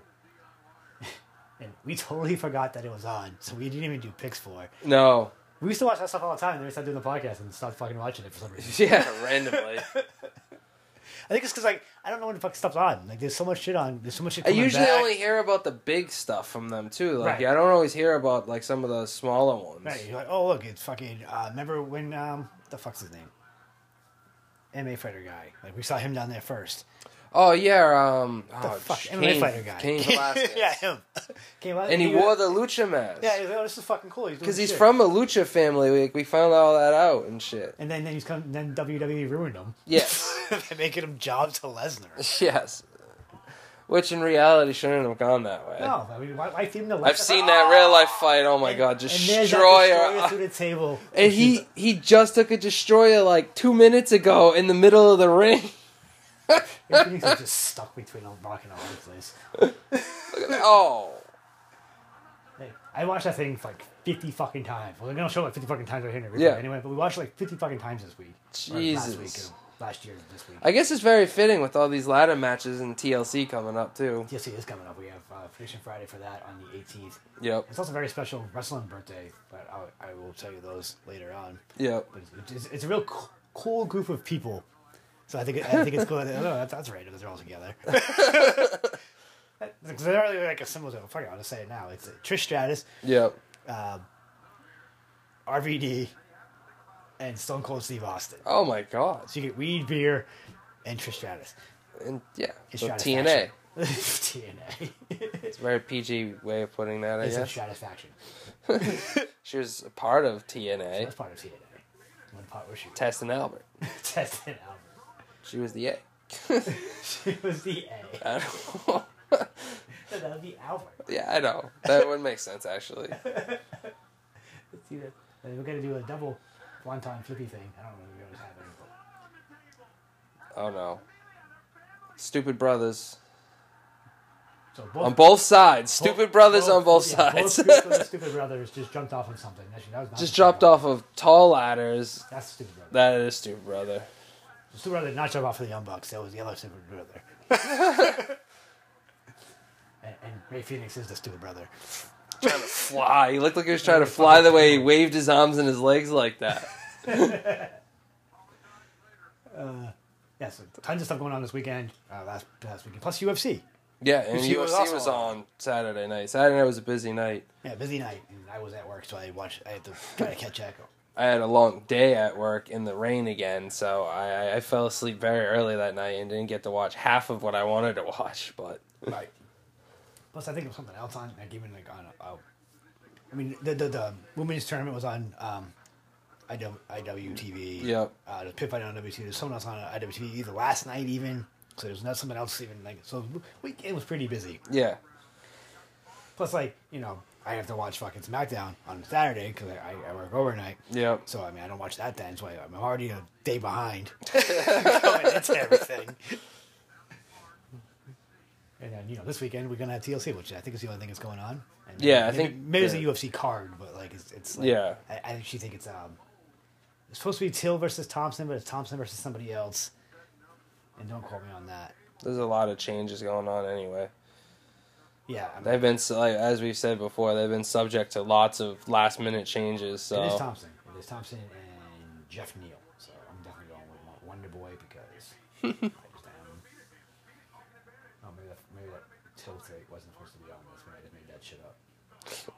and we totally forgot that it was on, so we didn't even do picks for. it. No. We used to watch that stuff all the time, and then we started doing the podcast and stopped fucking watching it for some reason. Yeah, randomly. I think it's because like I don't know when the fuck stuff's on. Like there's so much shit on. There's so much shit. I Coming usually back. only hear about the big stuff from them too. Like Right. I don't always hear about like some of the smaller ones. Right, you're like, oh look, it's fucking. Uh, remember when um, the fuck's his name? MMA fighter guy. Like we saw him down there first. Oh yeah, um The oh, fuck, sh- MMA fighter guy. Kane Velasquez. yeah, him. Kane Velasquez. And he wore the lucha mask. Yeah, he was like, oh, this is fucking cool. Because Cuz he's from a lucha family. We, we found all that out and shit. And then then he's come. Then WWE ruined him. Yes. By making him job to Lesnar. yes. Which in reality shouldn't have gone that way. No, I mean, why, why feed him the I've left- seen Ah! that real life fight. Oh my And- god, and destroyer! there's that destroyer Ah. through the table. And he he just took a destroyer like two minutes ago in the middle of the ring. Phoenix is just stuck between a rock and a hard place. oh, Like, I watched that thing like 50 fucking times. Well, they're going to show it like 50 fucking times right here. in the replay Yeah. Anyway, but we watched it like 50 fucking times this week. Or Last week. Jesus! Or last year, this week. I guess it's very fitting with all these ladder matches and TLC coming up too. DLC is coming up. We have uh, Prediction Friday for that on the 18th. Yep, It's also a very special wrestling birthday, but I, I will tell you those later on. yep. But it's, it's, it's a real co- cool group of people. So I think I think it's cool. that- oh, that's, that's right. They're all together. Because they're really like a symbol. To, fuck, it, I'll just say it now. It's uh, Trish Stratus, Yep. um, RVD, and Stone Cold Steve Austin. Oh my god. So you get weed, beer, and Trish Stratus. And yeah, It's so stratisfaction. TNA. TNA. It's a very PG way of putting that. I It's a guess satisfaction. she was a part of TNA. That's part of TNA. One part where she Test and Albert. tested Albert. She was the A. She was the A. I don't know. That would be Albert. yeah, I know. That would make sense actually. Let's do that. And We're gonna do a double wonton flippy thing. I don't know if it's happening. But Oh no. Stupid brothers. so both, On both sides. Stupid brothers on both yeah, sides. Both stupid, brothers- stupid brothers just jumped off of something. Actually, that was not Just stupid dropped brother. off of tall ladders. That's stupid brother. That is stupid brother. stupid brother did not jump off of the Young Bucks. That was the other stupid brother. and, and Ray Phoenix is the stupid brother. Trying to fly. He looked like he was trying to fly the way he waved his arms and his legs like that. Yeah, so tons of stuff going on this weekend. Uh, last last weekend, plus UFC. Yeah, and UFC UFC was was, also on. on Saturday night. Saturday night was a busy night. Yeah, busy night, and I was at work, so I watched. I had to try to catch up. I had a long day at work in the rain again, so I, I fell asleep very early that night and didn't get to watch half of what I wanted to watch. But Right. Plus, I think it was something else on. Like even like on. Uh, I mean, the, the the women's tournament was on um, IW, IWTV. Yep. Uh, the pit fight on IWTV. There's someone else on IWTV either last night even. So there's not something else even like so. Weekend was pretty busy. yeah, Plus, like you know, I have to watch fucking SmackDown on Saturday because I, I work overnight. Yep. So I mean, I don't watch that then, so I, I'm already a day behind going into everything. And then you know, this weekend we're gonna have TLC, which I think is the only thing that's going on. And Yeah, I maybe, think maybe it's a the- UFC card, but like it's, it's like, Yeah. I, I actually think it's um, it's supposed to be Till versus Thompson, but it's Thompson versus somebody else. And don't quote me on that. there's a lot of changes going on anyway. Yeah, I mean, They've been su- like as we've said before, they've been subject to lots of last minute changes. So It is Thompson. It is Thompson and Jeff Neal. So I'm definitely going with Won- Wonder Boy because I just am. Oh, maybe that, maybe that tilt rate wasn't supposed to be on this, but I just made that shit up.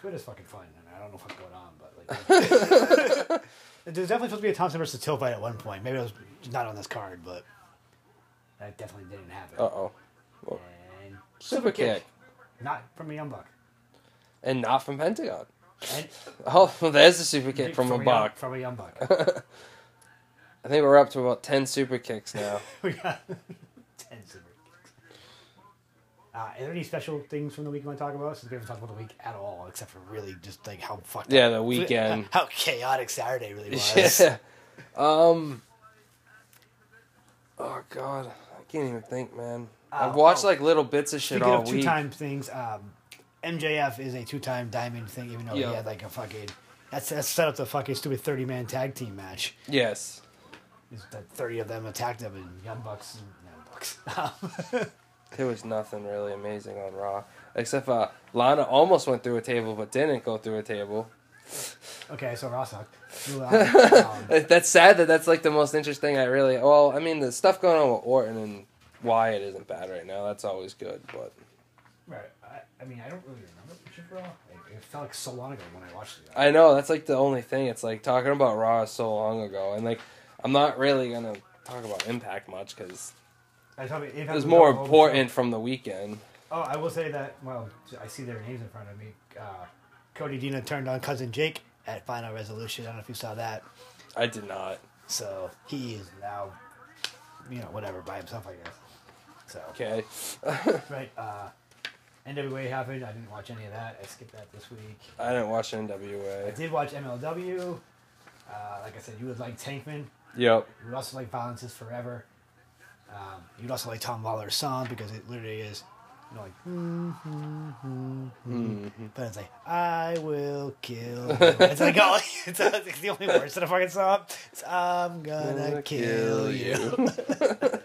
Twitter's fucking fun, and I don't know what's going on, but like. There's definitely supposed to be a Thompson versus Till fight at one point. Maybe it was not on this card, but that definitely didn't happen. uh oh, And super kick, not from a young buck. and not from Pentagon. And Oh, well, there's a super kick from a young- buck. From a young buck. I think we're up to about ten super kicks now. we got ten super kicks. Uh, are there any special things from the week you want to talk about? Since we haven't talked about the week at all, except for really just like how fucked. Yeah, up- the weekend. How chaotic Saturday really was. yeah. Um. Oh God, I can't even think, man. I've Oh, watched oh. like little bits of shit Speaking all of week. two-time things, um, MJF is a two-time diamond thing, even though Yeah. he had like a fucking. That's, that's set up the fucking stupid thirty-man tag team match. Yes. It's That thirty of them attacked him, and Young Bucks, and Young Bucks. Um, There was nothing really amazing on Raw, except uh, Lana almost went through a table but didn't go through a table. okay, so Raw sucked. Move on. Um, That- That's sad that that's like the most interesting. I really well, I mean the stuff going on with Orton and Wyatt isn't bad right now. That's always good, but Right. I, I mean, I don't really remember much of Raw. It, it felt like so long ago when I watched it. I know that's like the only thing. It's like talking about Raw is so long ago, and like I'm not really gonna talk about Impact much because I probably, it was more important from the weekend. Oh, I will say that. Well, I see their names in front of me. Uh, Cody Dina turned on cousin Jake at Final Resolution. I don't know if you saw that. I did not. So he is now, you know, whatever by himself, I guess. So Okay. right. Uh, NWA happened. I didn't watch any of that. I skipped that this week. I didn't watch I NWA. did watch MLW. Uh, like I said, you would like Tankman. Yep. You would also like Violence is Forever. Um, you'd also like Tom Lawler's song because it literally is, you know, like, Mm-hmm. Mhm. but it's like, I will kill. you." it's like, oh, it's, it's the only words in the fucking song. It's, I'm gonna, kill, you. so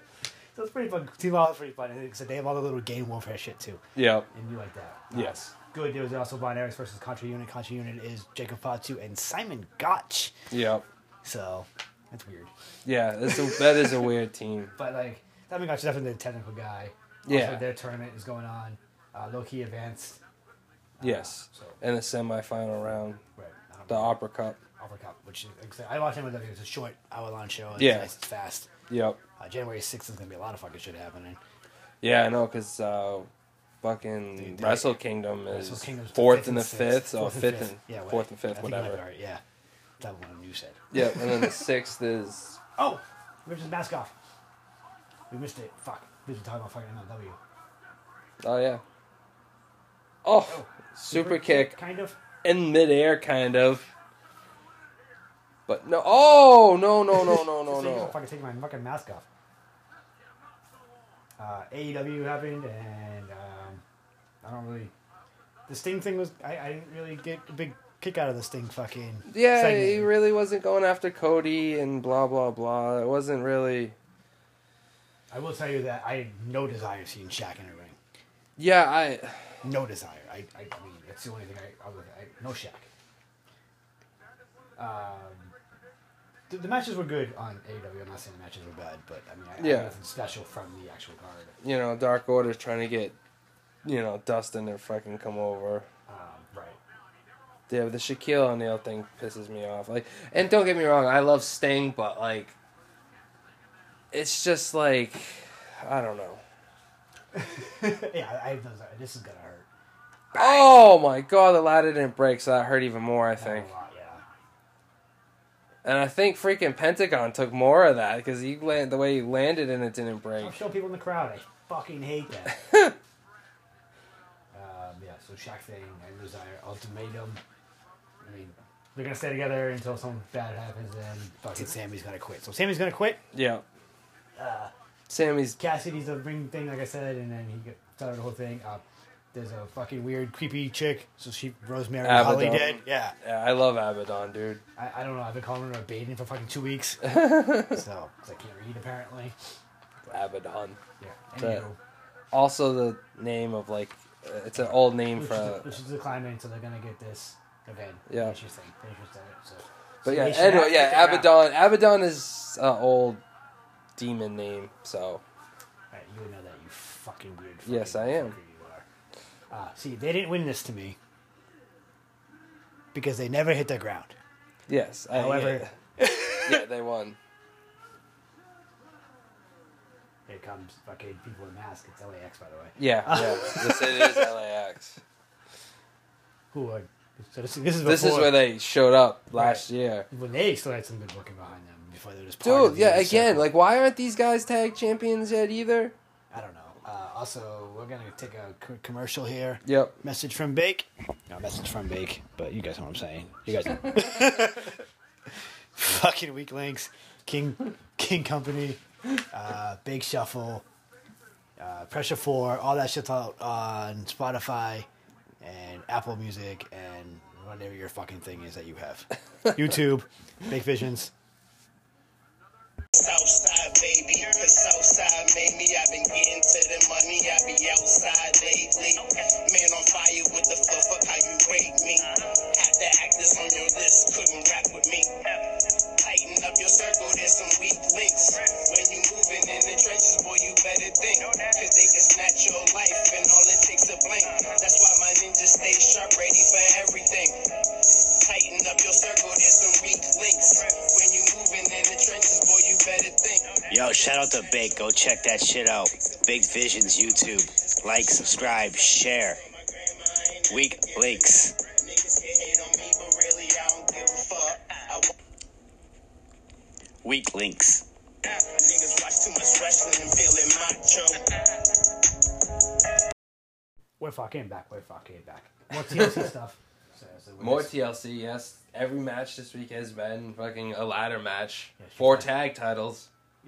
it's pretty fun. Team Lawler's pretty fun because they have all the little Game Warfare shit too. yep. And you like that. Yes. Good. There was also Von Erichs versus Contra Unit. Contra Unit is Jacob Fatu and Simon Gotch. Yep. So that's weird. Yeah. That's a, that is a weird team. But like Simon Gotch is definitely the technical guy. Yeah. Also, their tournament is going on. Uh, low key advanced. Yes. So In the semifinal round, right. I don't the know. Opera Cup. Opera Cup, which is, like I said, I watched MLW. It's a short hour long show. It's Yeah. nice. It's fast. Yep. Uh, January sixth is gonna be a lot of fucking shit happening. Yeah, I know, cause uh, fucking Dude, they- Wrestle Kingdom is Wrestle Kingdom's fourth and the sixth. fifth, or Fourth and fifth and yeah, fourth and I fifth, think you might be whatever. right, yeah, that one you said. Yeah, and then the sixth is Oh, ripped his mask off. We missed it. Fuck. We've been talking about fucking MLW. oh yeah, oh, Oh, super kick Kind of. in midair, kind of. But no, oh no no no no Oh, no so You can no. fucking take my fucking mask off. Uh, AEW happened, and um, I don't really. The Sting thing was. I, I didn't really get a big kick out of the Sting fucking. Yeah, segment. he really wasn't going after Cody and blah blah blah. It wasn't really. I will tell you that I had no desire seeing Shaq in a ring. Yeah, I No desire. I, I, I mean, that's the only thing I. I, was- I no Shaq. Um, the, the matches were good on AEW. I'm not saying the matches were bad, but I mean, I, I Yeah. had nothing special from the actual card. you know Dark Order's trying to get, you know Dustin to fucking come over. Um, right. Yeah, the Shaquille O'Neal thing pisses me off. Like, and don't get me wrong, I love Sting, but like, it's just like, I don't know. yeah, I I have no desire. This is gonna hurt. Oh my god, the ladder didn't break, so that hurt even more. I Not think, A lot, yeah. and I think freaking Pentagon took more of that because he land the way he landed and it didn't break. Don't show people in the crowd. I fucking hate that. um, yeah, so Shaq thing, I desire ultimatum. I mean, they're gonna stay together until something bad happens, and fucking Sammy's gonna quit. So Sammy's gonna quit. Yeah, Uh, Sammy's Cassidy's a ring thing, like I said, and then he got- started the whole thing. Uh, there's a fucking weird, creepy chick. So she, Rosemary Abaddon. Holly, did. Yeah, yeah, I love Abaddon, dude. I, I don't know. I've been calling her a Baden for fucking two weeks. so 'cause I can't read apparently. Abaddon. Yeah. That- Anywho. Also, the name of like, uh, it's an old name Which for. uh, is, which is the climbing, so they're gonna get this event. Yeah. Finish your thing. Finish your thing, So. so But yeah, they should anyway, have- yeah, they should Abaddon. Abaddon is an old demon name, so have- Right, you would know that you fucking weird. Fucking Yes, I am. fucker You are. Uh, see, they didn't win this to me because they never hit the ground. yes. I- However- yeah. yeah, they won. Here comes fucking people in masks. It's LAX, by the way. Yeah, yeah. this it is LAX. Who are? So this, this is This is before- where they showed up last Right. year, when they still had some good booking behind them before they were just part of dude. the Yeah, inner again, circle. like why aren't these guys tag champions yet either? I don't know. Uh, also, we're gonna take a co- commercial here. Yep. Message from Bake. No, message from Bake, but you guys know what I'm saying. You guys know. Fucking weak links, King King Company, uh, Bake Shuffle, uh, Pressure Four, all that shit's out on Spotify and Apple Music and whatever your fucking thing is that you have. YouTube, Bake Visions. Southside baby, cause Southside made me. I've been getting to the money, I be outside lately. Man on fire with the fuck, fuck how you rate me. Had the actors on your list, couldn't rap with me. Tighten up your circle, there's some weak links. When you moving in the trenches, boy, you better think. Cause they can snatch your life, and all it takes a blink. That's why my ninjas stay sharp, ready for everything. Tighten up your circle, there's some weak links. When you moving in the trenches, boy, you better think. Yo, shout out to Big. Go check that shit out. Big Visions YouTube. Like, subscribe, share. Weak links. Niggas can hate on me, but really I don't give a fuck. I want Weak links. Niggas watch too much wrestling and feeling macho. Where fuck came back, where fuck came back. More TLC stuff. So, so we're More just- TLC, yes. Every match this week has been fucking a ladder match. Yeah, she's Four fine. tag titles.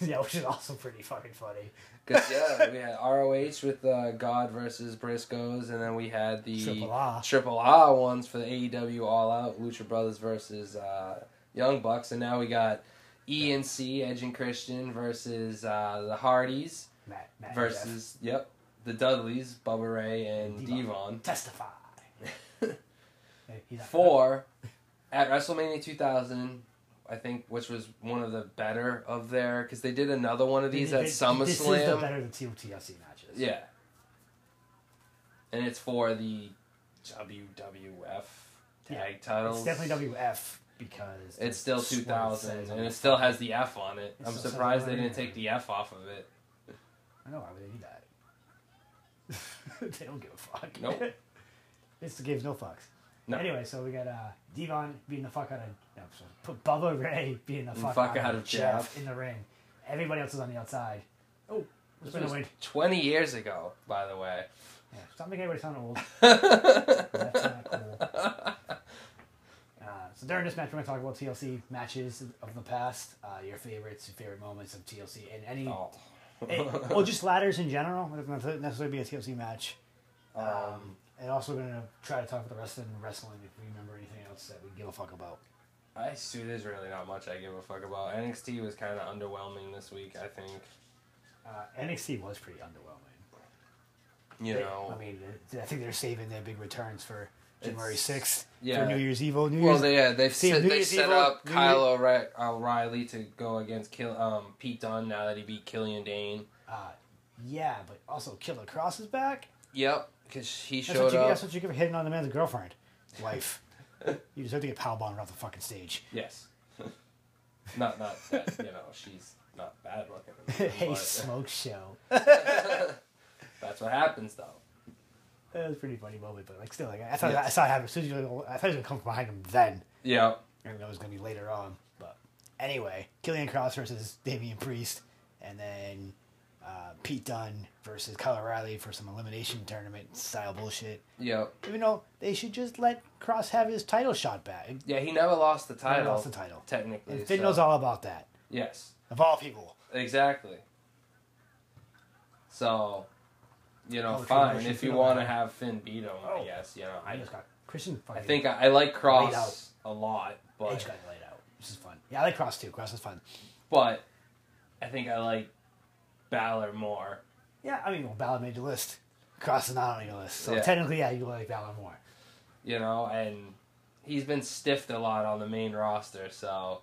yeah, which is also pretty fucking funny. Because, yeah, we had ROH with uh, God versus Briscoes, and then we had the Triple R. Triple R ones for the AEW All Out, Lucha Brothers versus uh, Young Bucks, and now we got E and C, Edge and Christian, versus uh, the Hardys, Matt, Matt and versus, yep, the Dudleys, Bubba Ray, and Devon. Devon. Jeff. testify. Hey, he's not- Four at WrestleMania 2000, I think, which was one of the better of their because they did another one of They- these they- at this is the SummerSlam. better than two TLC matches. Yeah, and it's for the WWF Yeah, tag titles. It's definitely WF because It's still that's what it 2000, says on and the it still front. has the F on it. It I'm still says surprised they right didn't here. take the F off of it. I know why would they do that? they don't give a fuck. Nope. this gives no fucks. No. Anyway, so we got uh, Devon beating the fuck out of no, sorry, put Bubba Ray beating the The fuck, out, of Jeff. Jeff. in the ring. Everybody else is on the outside. Oh, This it's been a was win. 20 years ago, by the way. Yeah, stop making everybody sound old. That's not cool. Uh, so during this match, we're going to talk about TLC matches of the past, uh, your favorites, your favorite moments of TLC, and any Oh. it, well, just ladders in general. It doesn't necessarily be a TLC match. Um, And also going to try to talk about the rest of wrestling if we remember anything else that we give a fuck about. I see there's really not much I give a fuck about. NXT was kind of underwhelming this week, I think. Uh, NXT was pretty underwhelming. You They- know, I mean, they- I think they're saving their big returns for January It's- sixth yeah. for New Year's Eve. oh, New well, Year's. they, yeah, they've See, set, New they Year's set Eve, up New Kyle O'Re- O'Reilly to go against Kill, um, Pete Dunne now that he beat Killian Dane. uh, yeah, but also Killer Cross is back. Yep, because he That's what, showed you, up. that's what you get for hitting on the man's girlfriend, wife. you deserve to get powerbombed off the fucking stage. Yes. not not that you know she's not bad looking. hey, but smoke show. that's what happens though. That was a pretty funny moment, but like still, like I thought Yeah. I saw it happen. As soon as you, I thought it was gonna come from behind him then, Yeah. and it was gonna be later on. But anyway, Killian Cross versus Damian Priest, and then uh, Pete Dunne versus Kyle O'Reilly for some elimination tournament style bullshit. Yep. Even though they should just let Cross have his title shot back. Yeah, he never lost the title. Never lost the title. Technically. And Finn so- knows all about that. Yes. Of all people, Exactly. So you know, Oh, it's fine. promotion If you field, want to huh? have Finn beat him, I Oh. guess, you know. I I, just got Christian. I Fucking think I, I like Laid out. Cross a lot, Edge but got laid out. This is fun. Yeah, I like Cross too. Cross is fun. but I think I like Balor more. Yeah, I mean, well, Balor made the list. Cross is not on your list, so Yeah. technically, yeah, you like Balor more. you know, and he's been stiffed a lot on the main roster, so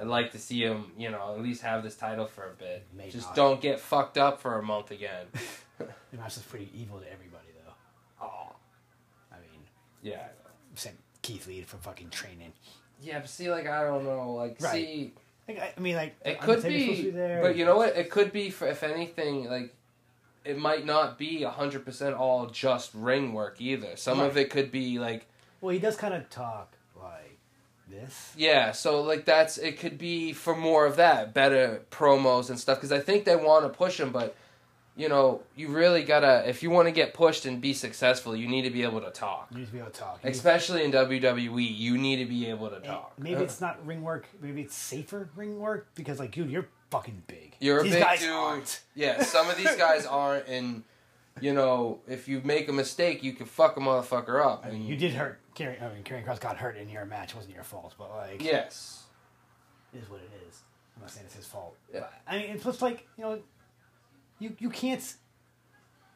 I'd like to see him, you know, at least have this title for a bit. May Just not. don't get fucked up for a month again. The match is pretty evil to everybody, though. oh, I mean, yeah. sent Keith Lee for fucking training. Yeah, but see, like, I don't know, like, Right. see, Like, I, I mean, like it I'm could saying it's supposed be, to there. but you know what? It could be, for, if anything, like, it might not be 100% all just ring work either. Some of Right. it could be, like, Well, he does kind of talk like this. Yeah, so like that's it could be for more of that, better promos and stuff because I think they want to push him, but you know, you really gotta if you want to get pushed and be successful, you need to be able to talk. You need to be able to talk. You need- Especially in WWE, you need to be able to talk. maybe it's not ring work. Maybe it's safer ring work because, like, dude, you're fucking big. You're a These big guys dude. aren't. Yeah, some of these guys aren't, and you know, if you make a mistake, you can fuck a motherfucker up. And You did hurt. Carry, I mean, Karrion Cross got hurt in your match. It wasn't your fault, but like, Yes. it is what it is. I'm not saying it's his fault. Yeah. I mean, and plus, like, you know, you you can't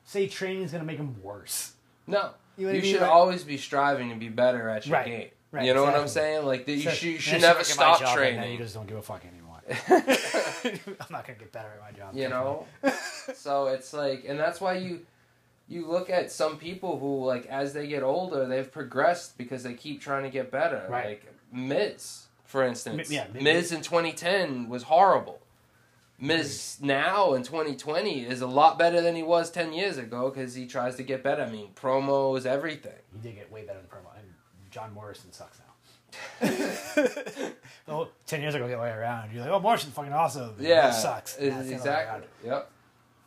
say training's gonna make him worse. No. You know You, what I mean? should Like- always be striving to be better at your Right. game. Right, you know what I'm exactly. saying? Like that you, So- should, you and should I never suck at my stop job and now training. You just don't give a fuck anymore. I'm not gonna get better at my job. you know so it's like and that's why you you look at some people who like as they get older they've progressed because they keep trying to get better Right. like miz for instance Mi- yeah, Mi- miz in 2010 was horrible miz now in 2020 is a lot better than he was 10 years ago because he tries to get better i mean promos everything He did get way better than promo. And John Morrison sucks now. oh, 10 years ago, the other way around. You're like, oh, Morrison's fucking awesome. and yeah e- he sucks. it- Now it's the other way exactly around. yep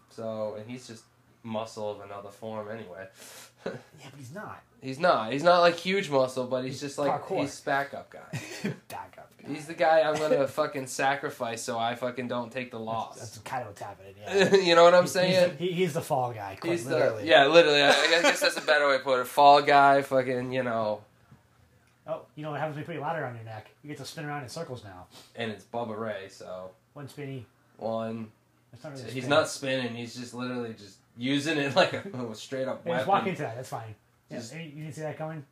so and he's just muscle of another form anyway. Yeah, but he's not. he's not. He's not like huge muscle, but he's just like Parkour. he's backup guy. Back up. guy. He's the guy I'm gonna fucking sacrifice so I fucking don't take the That's loss. kind of what's happening. Yeah. you know what I'm He's the- saying? he, he's the fall guy. Quite He's literally. the yeah, literally. I, I guess that's a better way to put it. Fall guy, fucking you know, Oh, you know what happens when you put your ladder on your neck? You get to spin around in circles now. and it's Bubba Ray. So One spinny. one, That's not really. a he's spin. not spinning. He's just literally just using it like a, straight up Yeah, just walk weapon. into that. That's fine. Yeah, Just- and you didn't see that coming.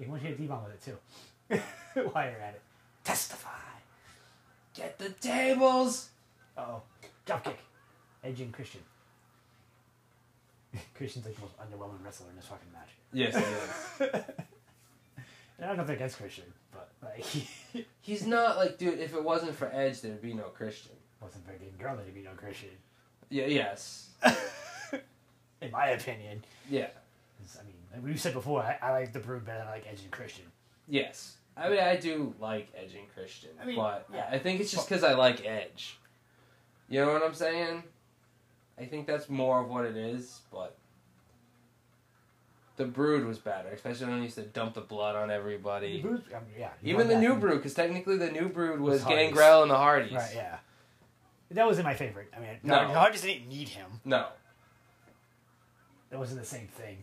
You want to hit D-bomb with it too. While you're at it, testify. Get the tables. Oh, drop kick. Edging Christian. Christian's like the most underwhelming wrestler in this fucking match. Yes, he is. And I don't think against Christian, but like he He's not like, dude. If it wasn't for Edge, there'd be no Christian. wasn't very good in Garland if you know Christian. Yeah. Yes. In my opinion, Yeah. 'Cause, I mean, like we've said before, I, I like the Brood better than I like Edging Christian. Yes. I mean, I do like Edge and Christian, I mean, but yeah. I think it's just because I like Edge. You know what I'm saying? I think that's more of what it is, but the Brood was better, especially when he used to dump the blood on everybody. The Brood, I mean, yeah, he Even won the that new from- Brood, because technically the new Brood was Was Hardys. Gangrel and the Hardys. right? Yeah, that wasn't my favorite. I mean, No. no, Hardys didn't need him. No, That wasn't the same thing.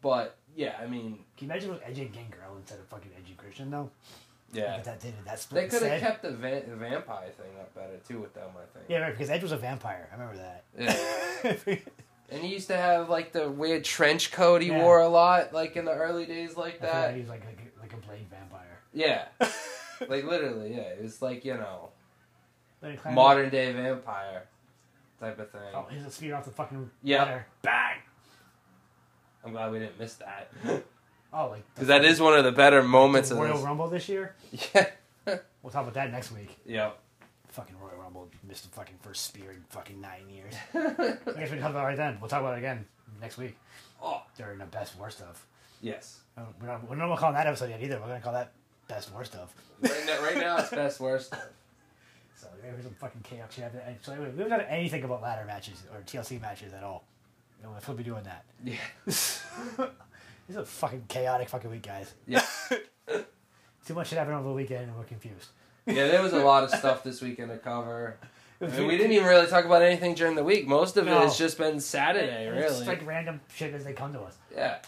but yeah, I mean, Can you imagine with Edge and Gangrel instead of fucking Edge and Christian though? yeah, But that did it. That they split could have instead. kept the, va- the vampire thing up better too with them. I think. Yeah, right. Because Edge was a vampire. I remember that. yeah. And he used to have like the weird trench coat he Yeah. wore a lot, like in the early days, like That's why that. he was like a, like a blade vampire. Yeah, like literally, yeah. It was like you know Then he climbed modern day vampire type of thing. up- Oh, he's a spear off the fucking Yeah. ladder. Bang. I'm glad we didn't miss that Oh, like because that is one of the better moments the of Royal this. Rumble this year. Yeah, We'll talk about that next week. yeah. Fucking Royal Rumble missed the fucking first spear in fucking nine years. I guess we can talk about it right then. We'll talk about it again next week Oh during the best worst of. yes. Oh, We're not, we're not calling that episode yet either. We're gonna call that best worst of. Right now, right now it's best worst. So there was some fucking chaos. Yeah, but- So anyway, we haven't done anything about ladder matches or TLC matches at all. And we'll be doing that. Yeah, this is a fucking chaotic fucking week, guys. yeah, Too much shit happened over the weekend, and we're confused. yeah. There was a lot of stuff this weekend to cover. I mean, we didn't It's even really talk about anything during the week. Most of it No. has just been Saturday, just really. like random shit as they come to us. yeah.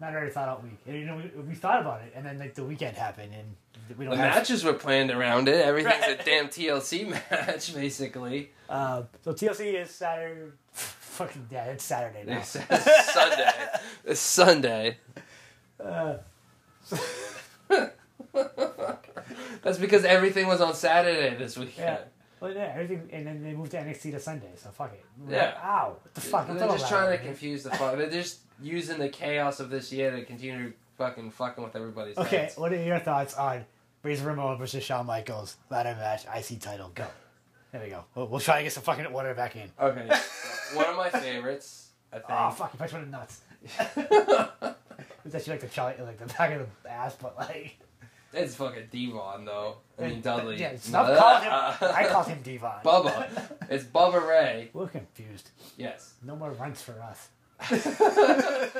Not very thought out week. And, you know, we, we thought about it, and then like the weekend happened, and we don't The have. matches were planned around it. Everything's a damn TLC match, basically. Uh, so TLC is Saturday. fucking yeah, it's Saturday now. It's Sunday. It's Sunday. Uh. That's because everything was on Saturday this weekend. Yeah. Well, yeah, everything, and then they moved to NXT to Sunday, so fuck it. We're Yeah. like, Ow, what the fuck? They're What's all just that? trying to confuse the fuck. They're just using the chaos of this year to continue fucking fucking with everybody's Okay, heads. what are your thoughts on Razor Ramon versus Shawn Michaels ladder match IC title? Go. There we go. We'll, we'll try to get some fucking order back in. Okay. so one of my favorites, I think. Oh fuck! You punched one in the nuts. It's actually like the Charlie, like the back of the ass, but like. It's fucking Devon, though. I mean, Dudley. Yeah, stop calling him. I called him Devon. Bubba. It's Bubba Ray. We're confused. Yes. No more runs for us.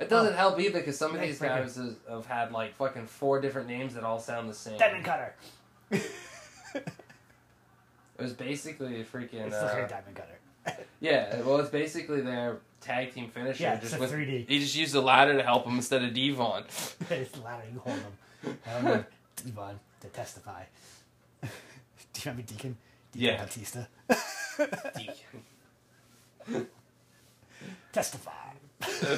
It doesn't help either because some of Nice these breaker. guys is- have had like fucking four different names that all sound the same. Diamond Cutter. It was basically a freaking. It's uh, looking like Diamond Cutter. yeah, well, it's basically their tag team finisher. Yeah, it's a 3D. He just used the ladder to help him instead of Devon. it's the ladder. You hold him. I don't know Devon to testify. Do you remember Deacon? Deacon Yeah. Batista. Deacon. Testify. Uh,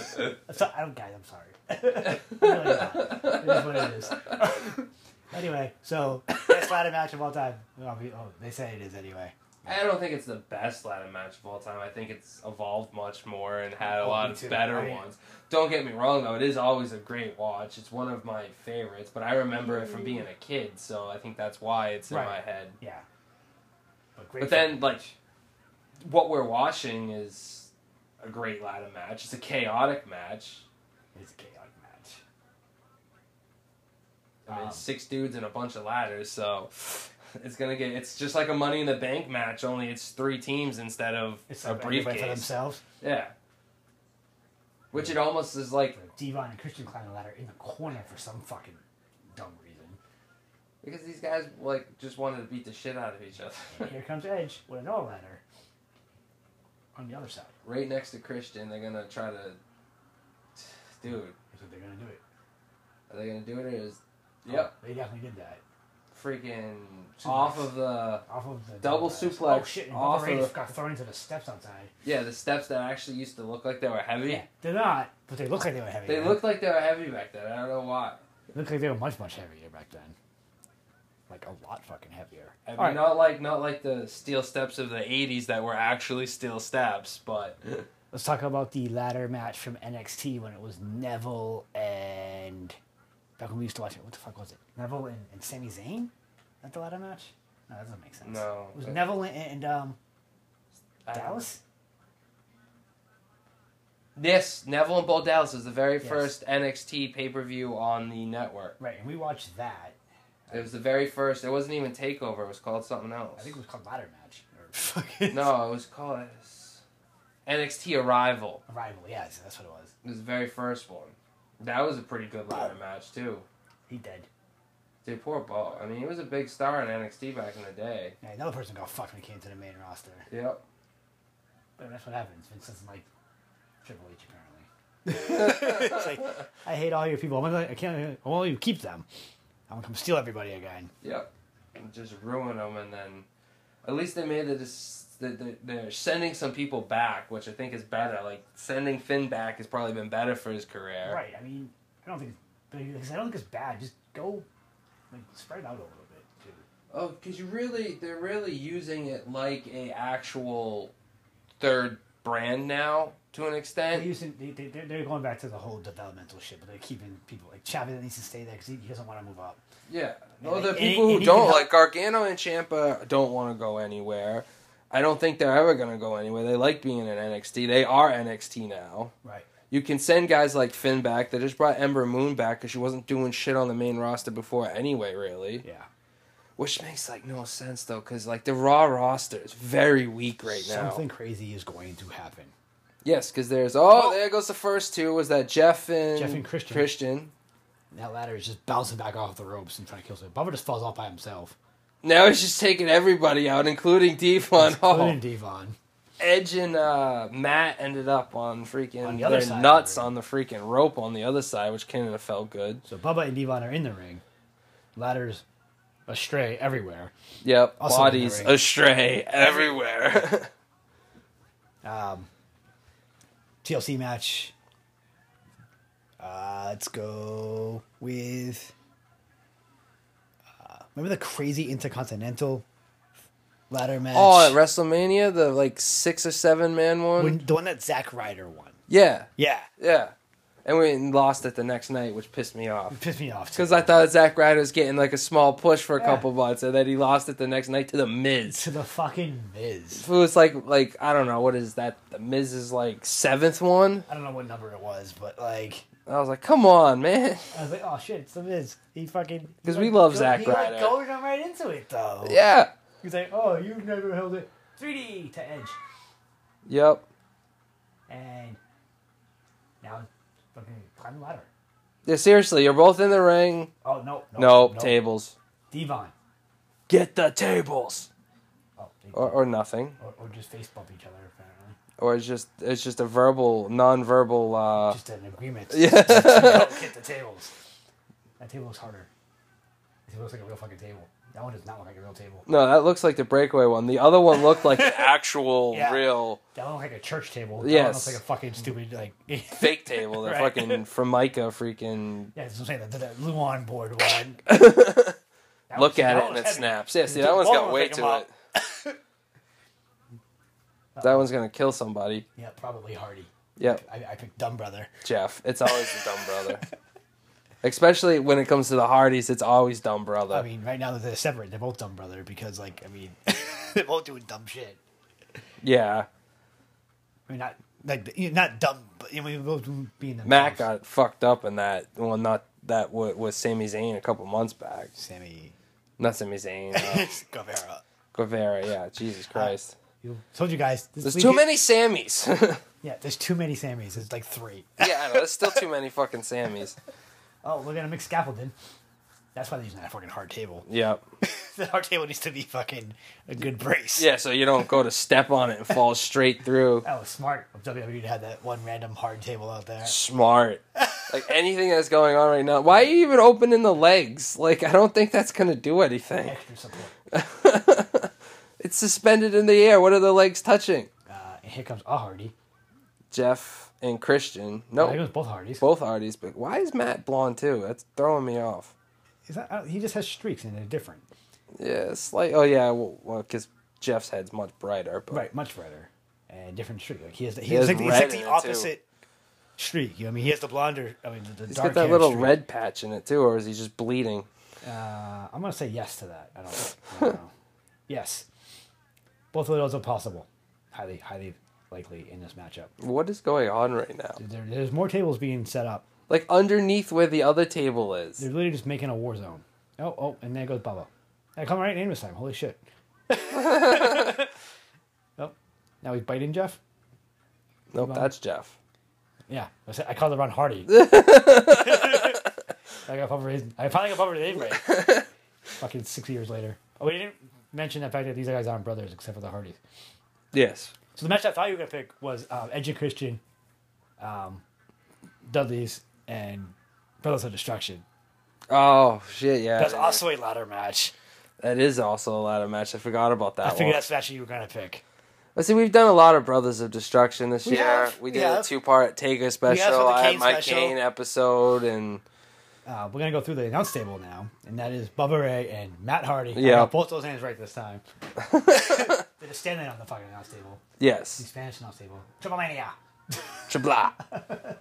I'm so, I'm, guys, I'm sorry. really not. It is what it is. anyway, so best ladder match of all time. Well, we- oh, they say it is anyway. I don't think it's the best ladder match of all time. I think it's evolved much more and had a Oh, lot me of too. better I- ones. Don't get me wrong though; it is always a great watch. It's one of my favorites, but I remember it from being a kid, so I think that's why it's in Right. my head. Yeah. But, great But then, like, what we're watching is a great ladder match. It's a chaotic match. it's a chaotic match. I mean, Um, six dudes and a bunch of ladders, so It's gonna get. It's just like a Money in the Bank match, only it's three teams instead of It's a a briefcase. for briefcase. themselves. Yeah. Which it almost is like Devon and Christian climbing the ladder in the corner for some fucking dumb reason. because these guys like just wanted to beat the shit out of each other. Here comes Edge with an all ladder on the other side. right next to Christian, they're gonna try to. Dude, That's what they're gonna do it. are they gonna do it? Or is yep, Oh, they definitely did that. freaking Suplex. off of the Off of the Double suplex Oh shit! And off Bubba Ray of- just got thrown into the steps outside. yeah the steps that actually used to look like they were heavy. Yeah, they're not, but they look like they were heavy. They looked like they were heavy back then. I don't know why. look like they were much much heavier back then. Like a lot fucking heavier. I mean, All right. not like not like the steel steps of the '80s that were actually steel steps, but Let's talk about the ladder match from NXT when it was Neville and back when we used to watch it. What the fuck was it? Neville and, and Sami Zayn? That the ladder match? No, that doesn't make sense. No, It was but- Neville and, and um, I don't know. Dallas? Yes, Neville and Bo Dallas was the very Yes. first NXT pay per view on the network. Right, and we watched that. It was the very first. It wasn't even Takeover. It was called something else. I think it was called ladder match. Or fucking no, it was called NXT Arrival. Arrival, yeah, so that's what it was. It was the very first one. That was a pretty good ladder match too. He did. Dude, poor Bo. I mean, he was a big star in NXT back in the day. Yeah, another person got fucked when he came to the main roster. Yep. But that's what happens. Vince doesn't like Triple H apparently. it's like I hate all your people. I'm gonna, I can't. I won't even keep them. I'm gonna come steal everybody again. Yep. And Just ruin them, and then at least they made the. Dis- that they- they're sending some people back, which I think is better. Like sending Finn back has probably been better for his career. Right. I mean, I don't think. But because I don't think it's bad. Just go, like spread it out a little bit too. Oh, because you really they're really using it like a actual third brand now to an They're extent. using. They, they, they're- they're going back to the whole developmental shit, but they're keeping people like Chavez needs to stay there because he, he doesn't want to move up. Yeah, And no, the it- people it- who it don't even- like Gargano and Champa don't want to go anywhere. I don't think they're ever going to go anywhere. They like being in NXT. They are NXT now. Right. You can send guys like Finn back. They just brought Ember Moon back because she wasn't doing shit on the main roster before anyway, really. Yeah. Which makes like no sense though, because like the Raw roster is very weak right now. Something crazy is going to happen. Yes, because there's oh, there goes the first two. Was that Jeff and Jeff and Christian. Christian. And that ladder is just bouncing back off the ropes and trying to kill somebody. Bubba just falls off by himself, Now he's just taking everybody out, including Devon Hall. including Devon. Edge and uh, Matt ended up on freaking On the other their side, nuts right? on the freaking rope on the other side, which kind of felt good. So Bubba and Devon are in the ring. Ladders astray everywhere. Yep, Also in the bodies ring. astray everywhere. Um, TLC match. Uh, let's go with. Uh, remember the crazy intercontinental ladder match? oh, at WrestleMania, the like six or seven man one. When- the one that Zack Ryder won. yeah, Yeah, yeah, and we lost it the next night, which pissed me off. pissed me off. too. Because I thought Zack Ryder was getting like a small push for a Yeah. couple months, and then he lost it the next night to the Miz. to the fucking Miz. Who was like, like I don't know, what is that? The Miz is like seventh one. I don't know what number it was, but like I was like, come on, man. I was like, oh shit, it's the Miz. He fucking 'Cause he, we like, love go- Zack he, like, Ryder. goaded him right into it though. Yeah. He's like, oh, you've never held it 3D to Edge. Yep. And now fucking climb the ladder. Yeah, seriously, you're both in the ring. Oh, no. No, Nope, tables. Devon. Get the tables. Oh, they, or, Or, or nothing. or, just face bump each other, apparently. Or it's just it's just a verbal, non-verbal. Uh, Just an agreement. yeah. Get the tables. That table looks harder. It looks like a real fucking table. That one does not look like a real table. no, that looks like the breakaway one. The other one looked like an actual, Yeah. real That one looks like a church table. That one Yes. looks like a fucking stupid, like. yeah, fake table. The Right. fucking from Micah freaking that's what I'm saying. That, that Luan board one. That look one's- that at it and one's it heavy. snaps. Yeah, see, Dude, that one's one got will weight pick to 'em it. that one's gonna kill somebody. Yeah, probably Hardy. Yep, I, I picked Dumb Brother. Jeff. It's always the dumb brother. Especially when it comes to the Hardys, it's always dumb brother. I mean, right now that they're separate, they're both dumb brother because, like, I mean, they're both doing dumb shit. yeah, I mean, not like the- you know, not dumb, but you know, we're both being the Matt got fucked up in that. Well, not that wa- with Sami Zayn a couple months back. Sammy. Not Sami Zayn. Uh, Guevara. Guevara, yeah, Jesus Christ. You told you guys. This There's week too it- many Sammys. Yeah, there's too many Sammys. There's like three. yeah, I know, there's still too many fucking Sammys. Oh, look at him, Mick Scaffolding. That's why they're using that fucking hard table. Yep. the hard table needs to be fucking a good brace. Yeah, so you don't go to step on it and fall straight through. That was smart of WWE to have that one random hard table out there. Smart. Like anything that's going on right now. Why are you even opening the legs? Like I don't think that's gonna do anything. Extra support. It's suspended in the air. What are the legs touching? Uh, and here comes a Hardy. Jeff and Christian. Oh. Here No, comes both Hardys. both Hardys. But why is Matt blonde too? That's throwing me off. Is that, uh, he just has streaks and they're different. Yeah, slight. Oh yeah, well, because Jeff's head's much brighter. But Right, much redder. And different streak. Like he has the, he He has has like, he's like red in it, the too. opposite streak. You know, I mean, he has the blonder. I mean, the, the he's dark got that hair little streak. red patch in it too, or is he just bleeding? Uh, I'm gonna say yes to that. I don't, I don't know. Yes, both of those are possible. Highly, highly likely in this matchup. What is going on right now? There, there's more tables being set up. Like underneath where the other table is. They're literally just making a war zone. Oh, oh, and there goes Bubba. I come right in this time. Holy shit! oh, now he's biting Jeff. Nope, that's Jeff. Yeah, I, said, I called it Ron Hardy. I got over his. I finally got over his name right. Fucking six years later. Oh, we didn't mention the fact that these guys aren't brothers except for the Hardys. Yes. So the match I thought you were gonna pick was um, Edge and Christian, um, Dudley's, and Brothers of Destruction. Oh shit, yeah. That's yeah. also a ladder match. That is also a lot of match. I forgot about that I one. figured that's the match you were gonna pick. But see, we've done a lot of Brothers of Destruction this We year. have, we we did a have. two-part Taker special. the I had Kane my special. Kane episode, and Uh, we're gonna go through the announce table now, and that is Bubba Ray and Matt Hardy. I Yeah. got both those hands right this time. They're just standing on the fucking announce table. The yes, Spanish announce table. Triple Mania. Chabla.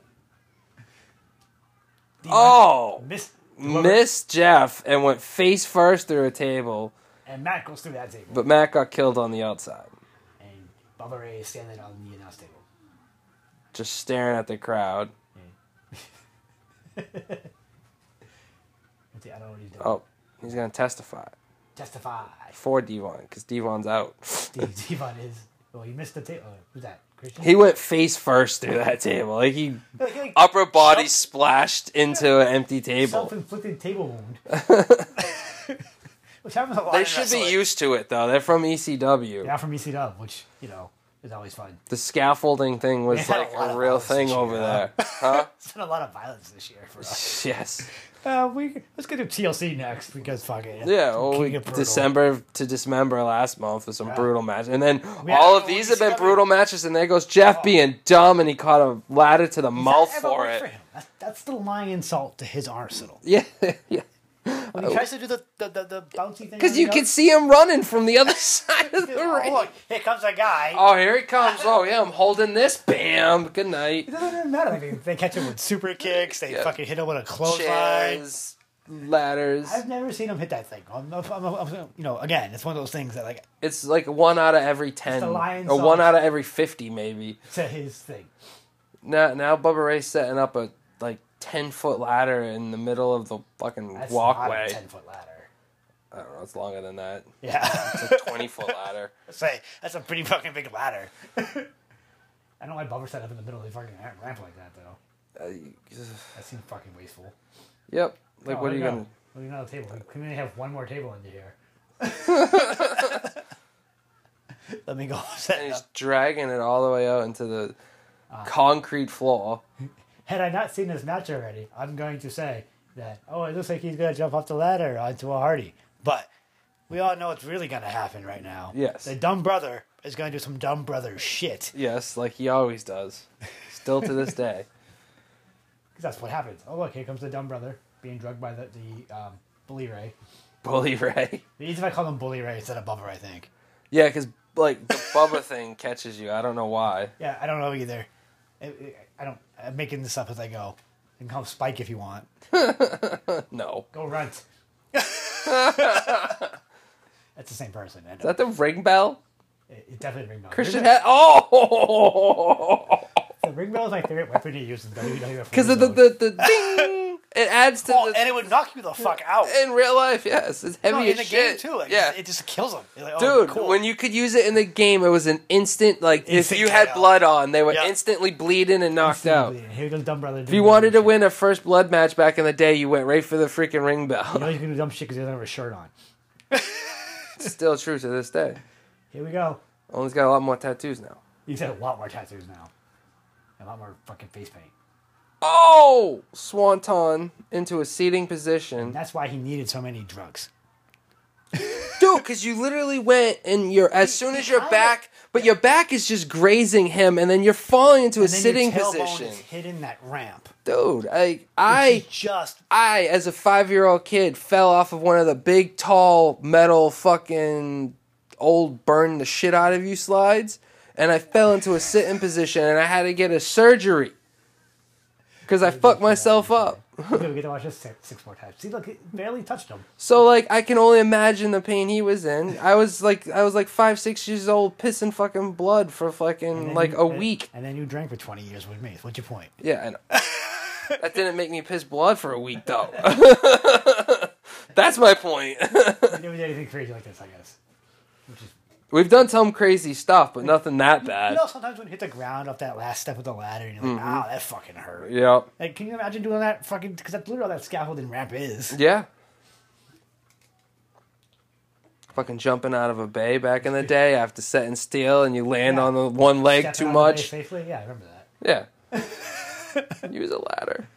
oh, Miss missed Jeff and went face first through a table, and Matt goes through that table, but Matt got killed on the outside. and Bubba Ray is standing on the announce table. Just staring at the crowd. Let's see, I don't know what he's doing. Oh, he's gonna testify Testify. for Devon because Devon's out. Devon is. Well, he missed the table. Who's that? Christian. He went face first through that table. Like he Like, like, upper body splashed into an empty table. self-inflicted table wound. which happens a lot. They in should be wrestling. used to it though. They're from E ECW. Yeah, from EC Dub, which you know is always fun. The scaffolding thing was They had like a lot a of real those this thing year, over huh? there. Huh? It's been a lot of violence this year for us. yes. Uh, we let's get to TLC next because fuck it. Yeah, well, King we, of Brutal. December to Dismember last month was some brutal match. And then We had E all another of these one have been ECW. brutal matches, and there goes Jeff Oh. being dumb, and he caught a ladder to the mouth That ever for worked it. him. That's, that's the lying insult to his arsenal. Yeah, yeah. When he tries to do the the, the, the bouncy thing, Because on you the can up- see him running from the other side of the Oh, ring. look, here comes a guy. Oh, here he comes. Oh, yeah, I'm holding this. Bam. Good It night. doesn't even matter. I mean, they catch him with super kicks. They Yeah. fucking hit him with a clothesline. Chairs, ladders. I've never seen him hit that thing. I'm, I'm, I'm, I'm- you know, again, it's one of those things that like It's like one out of every ten, the lion's or one off. out of every fifty, maybe. it's a his thing. Now, now Bubba Ray's setting up a like ten foot ladder in the middle of the fucking That's walkway. Ten foot ladder. I don't know. It's longer than that. Yeah, It's a twenty foot ladder. say that's a pretty fucking big ladder. I don't like Bubber set up in the middle of the fucking ramp like that though. Uh, That seems fucking wasteful. Yep. Like, Oh, what are you there gonna? go. Look at another table. We can only have one more table in here. Let me go. set And it he's up. dragging it all the way out into the Ah. concrete floor. Had I not seen this match already, I'm going to say that oh, it looks like he's going to jump off the ladder onto a Hardy. But we all know it's really going to happen right now. Yes. the dumb brother is going to do some dumb brother shit Yes, like he always does. Still to this day. because that's what happens. Oh look, here comes the dumb brother being drugged by the the um, bully Ray. Bully Ray. It's if I call him bully Ray instead of Bubba. I think. Yeah, because like the Bubba thing catches you. I don't know why. Yeah, I don't know either. I, I- I don't. I'm making this up as I go. You can call him Spike if you want. No. Go runt. That's the same person. I know. Is that the ring bell? It, it definitely ring bell. Christian Ring had oh bell- the ring bell is my favorite weapon to use in E. WWF. because of the Warzone. the, the ding. It adds to Well, Oh, the. and it would knock you the fuck out. in real life, yes, it's heavy No, as in the game shit. too. Like, yeah, it just kills them. You're like, oh, dude, cool. when you could use it in the game, it was an instant. Like Instant if you had KO. blood on, they would Yeah. instantly bleed in and knocked out. Here goes dumb brother. If you wanted to win a first blood match back in the day, you went right for the freaking ring you know bell. he's gonna do dumb shit because he doesn't have a shirt on. It's still true to this day. Here we go. Only's got a lot more tattoos now. He's had a lot more tattoos now. A lot more fucking face paint. Oh, Swanton into a seating position. That's why he needed so many drugs. Dude, because you literally went and you're as soon as your back, but your back is just grazing him, and then you're falling into a And then sitting your tailbone position. Is hitting that ramp. Dude, I, It's I, just I, as a five year old kid, fell off of one of the big, tall metal fucking old burn the shit out of you slides, and I fell into a sitting position, and I had to get a surgery because I fucked myself up. Dude, we get to watch this six, six more times. See, look, it barely touched him. So like I can only imagine the pain he was in. I was like I was like five six years old, pissing fucking blood for And fucking then like you- a and- week. And then you drank for 20 years with me. What's your point? Yeah, I know. that didn't make me piss blood for a week though. That's my point. You never did anything crazy like this, I guess. Which is We've done some crazy stuff, but nothing that bad. You know, sometimes when you hit the ground off that last step of the ladder, and you're like, "Wow, that fucking hurt." Mm-hmm. Yeah, Like, can you imagine doing that fucking? Because that's literally all that scaffolding ramp is. yeah. Fucking jumping out of a bay back in the day after setting steel and you land Yeah. on the one leg Stepping too out of the way much. Safely, yeah, I remember that. Yeah. Use a ladder.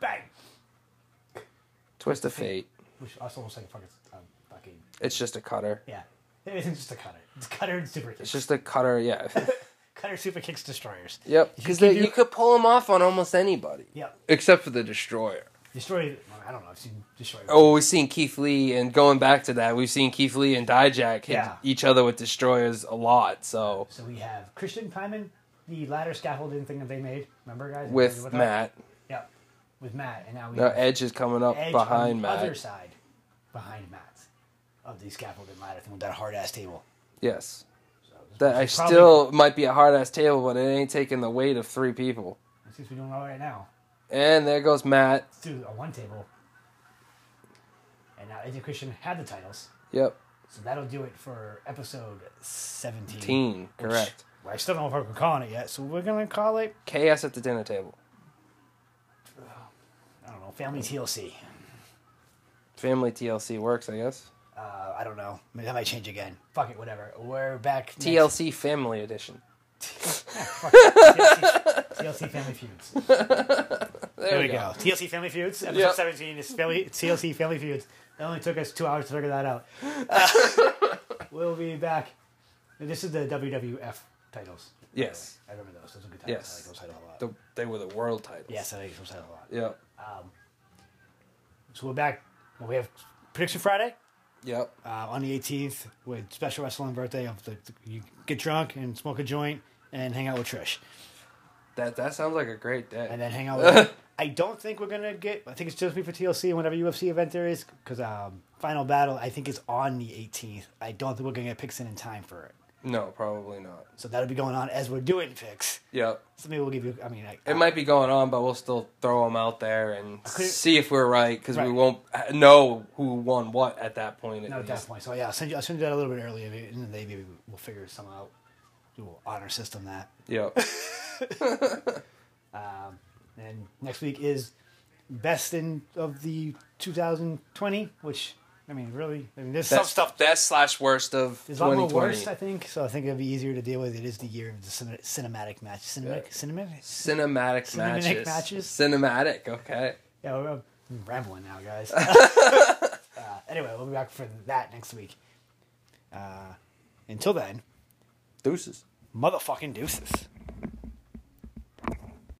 Bang. Twist of fate. Which also looks like a fucking, um, fucking It's just a cutter. yeah. It isn't just a cutter. It's cutter and super It's kicks. just a cutter, yeah. Cutter super kicks destroyers. yep. You Because can you do- could pull them off on almost anybody. Yep. Except for the destroyer. Destroy. I don't know. I've seen destroyer. Oh, we've seen Keith Lee, and going back to that, we've seen Keith Lee and Dijak hit Yeah. each other with destroyers a lot. So So we have Christian Pyman, the ladder scaffolding thing that they made. Remember, guys? with What the- Matt, Yep. With Matt, and now we no have Edge is coming up Edge on behind the Matt. other side, behind Matt, of the scaffolding ladder thing with that hard ass table. Yes, that I Probably- still might be a hard ass table, but it ain't taking the weight of three people. That's what we're doing all right now. And there goes Matt. Let's do a one table. And now Eddie Christian had the titles, Yep, so that'll do it for episode 17. teen which- correct. well, I still don't know if we're calling it yet, so we're going to call it, Chaos at the dinner table. I don't know, Family TLC. Family TLC works, I guess. Uh, I don't know. Maybe that might change again. Fuck it, whatever. We're back. next- TLC Family Edition. Fuck it. TLC, TLC Family Feuds. There, There we we go. go. TLC Family Feuds, episode Yep. 17 is family, TLC Family Feuds. It only took us two hours to figure that out. we'll be back. This is the WWF titles. Yes, I remember those. Those are good titles. Yes. I like those titles a lot. the, they were the world titles. yes, I like those titles a lot. Yep. So we're back. We have Prediction Friday Yep. uh, on the 18th with special wrestling birthday. Of the, you get drunk and smoke a joint and hang out with Trish. That that sounds like a great day. and then hang out with I don't think we're gonna get. I think it's just me for TLC and whatever UFC event there is, because um, Final Battle I think is on the 18th. I don't think we're gonna get picks in in time for it, No, probably not. so that'll be going on as we're doing picks. Yep. So maybe we'll give you. I mean, I, It might be going on, but we'll still throw them out there and couldn't- see if we're right because we Right. won't h- know who won what at that point. at no at least. that point. So yeah, I'll send you. I'll send you that a little bit earlier, maybe- and then they- maybe we'll figure some out. We'll honor system that. Yep. And next week is best in of the 2020, which I mean, really, I mean, there's some That's stuff Best slash worst of There's a lot more 2020. worse, I think. So I think it'd be easier to deal with. It is the year of the cin- cinematic match. Cinematic, cinematic. Cinematic, matches. matches? Cinematic. Okay. Yeah, we're uh, rambling now, guys. uh, anyway, we'll be back for that next week. Uh, until then, Deuces. motherfucking deuces.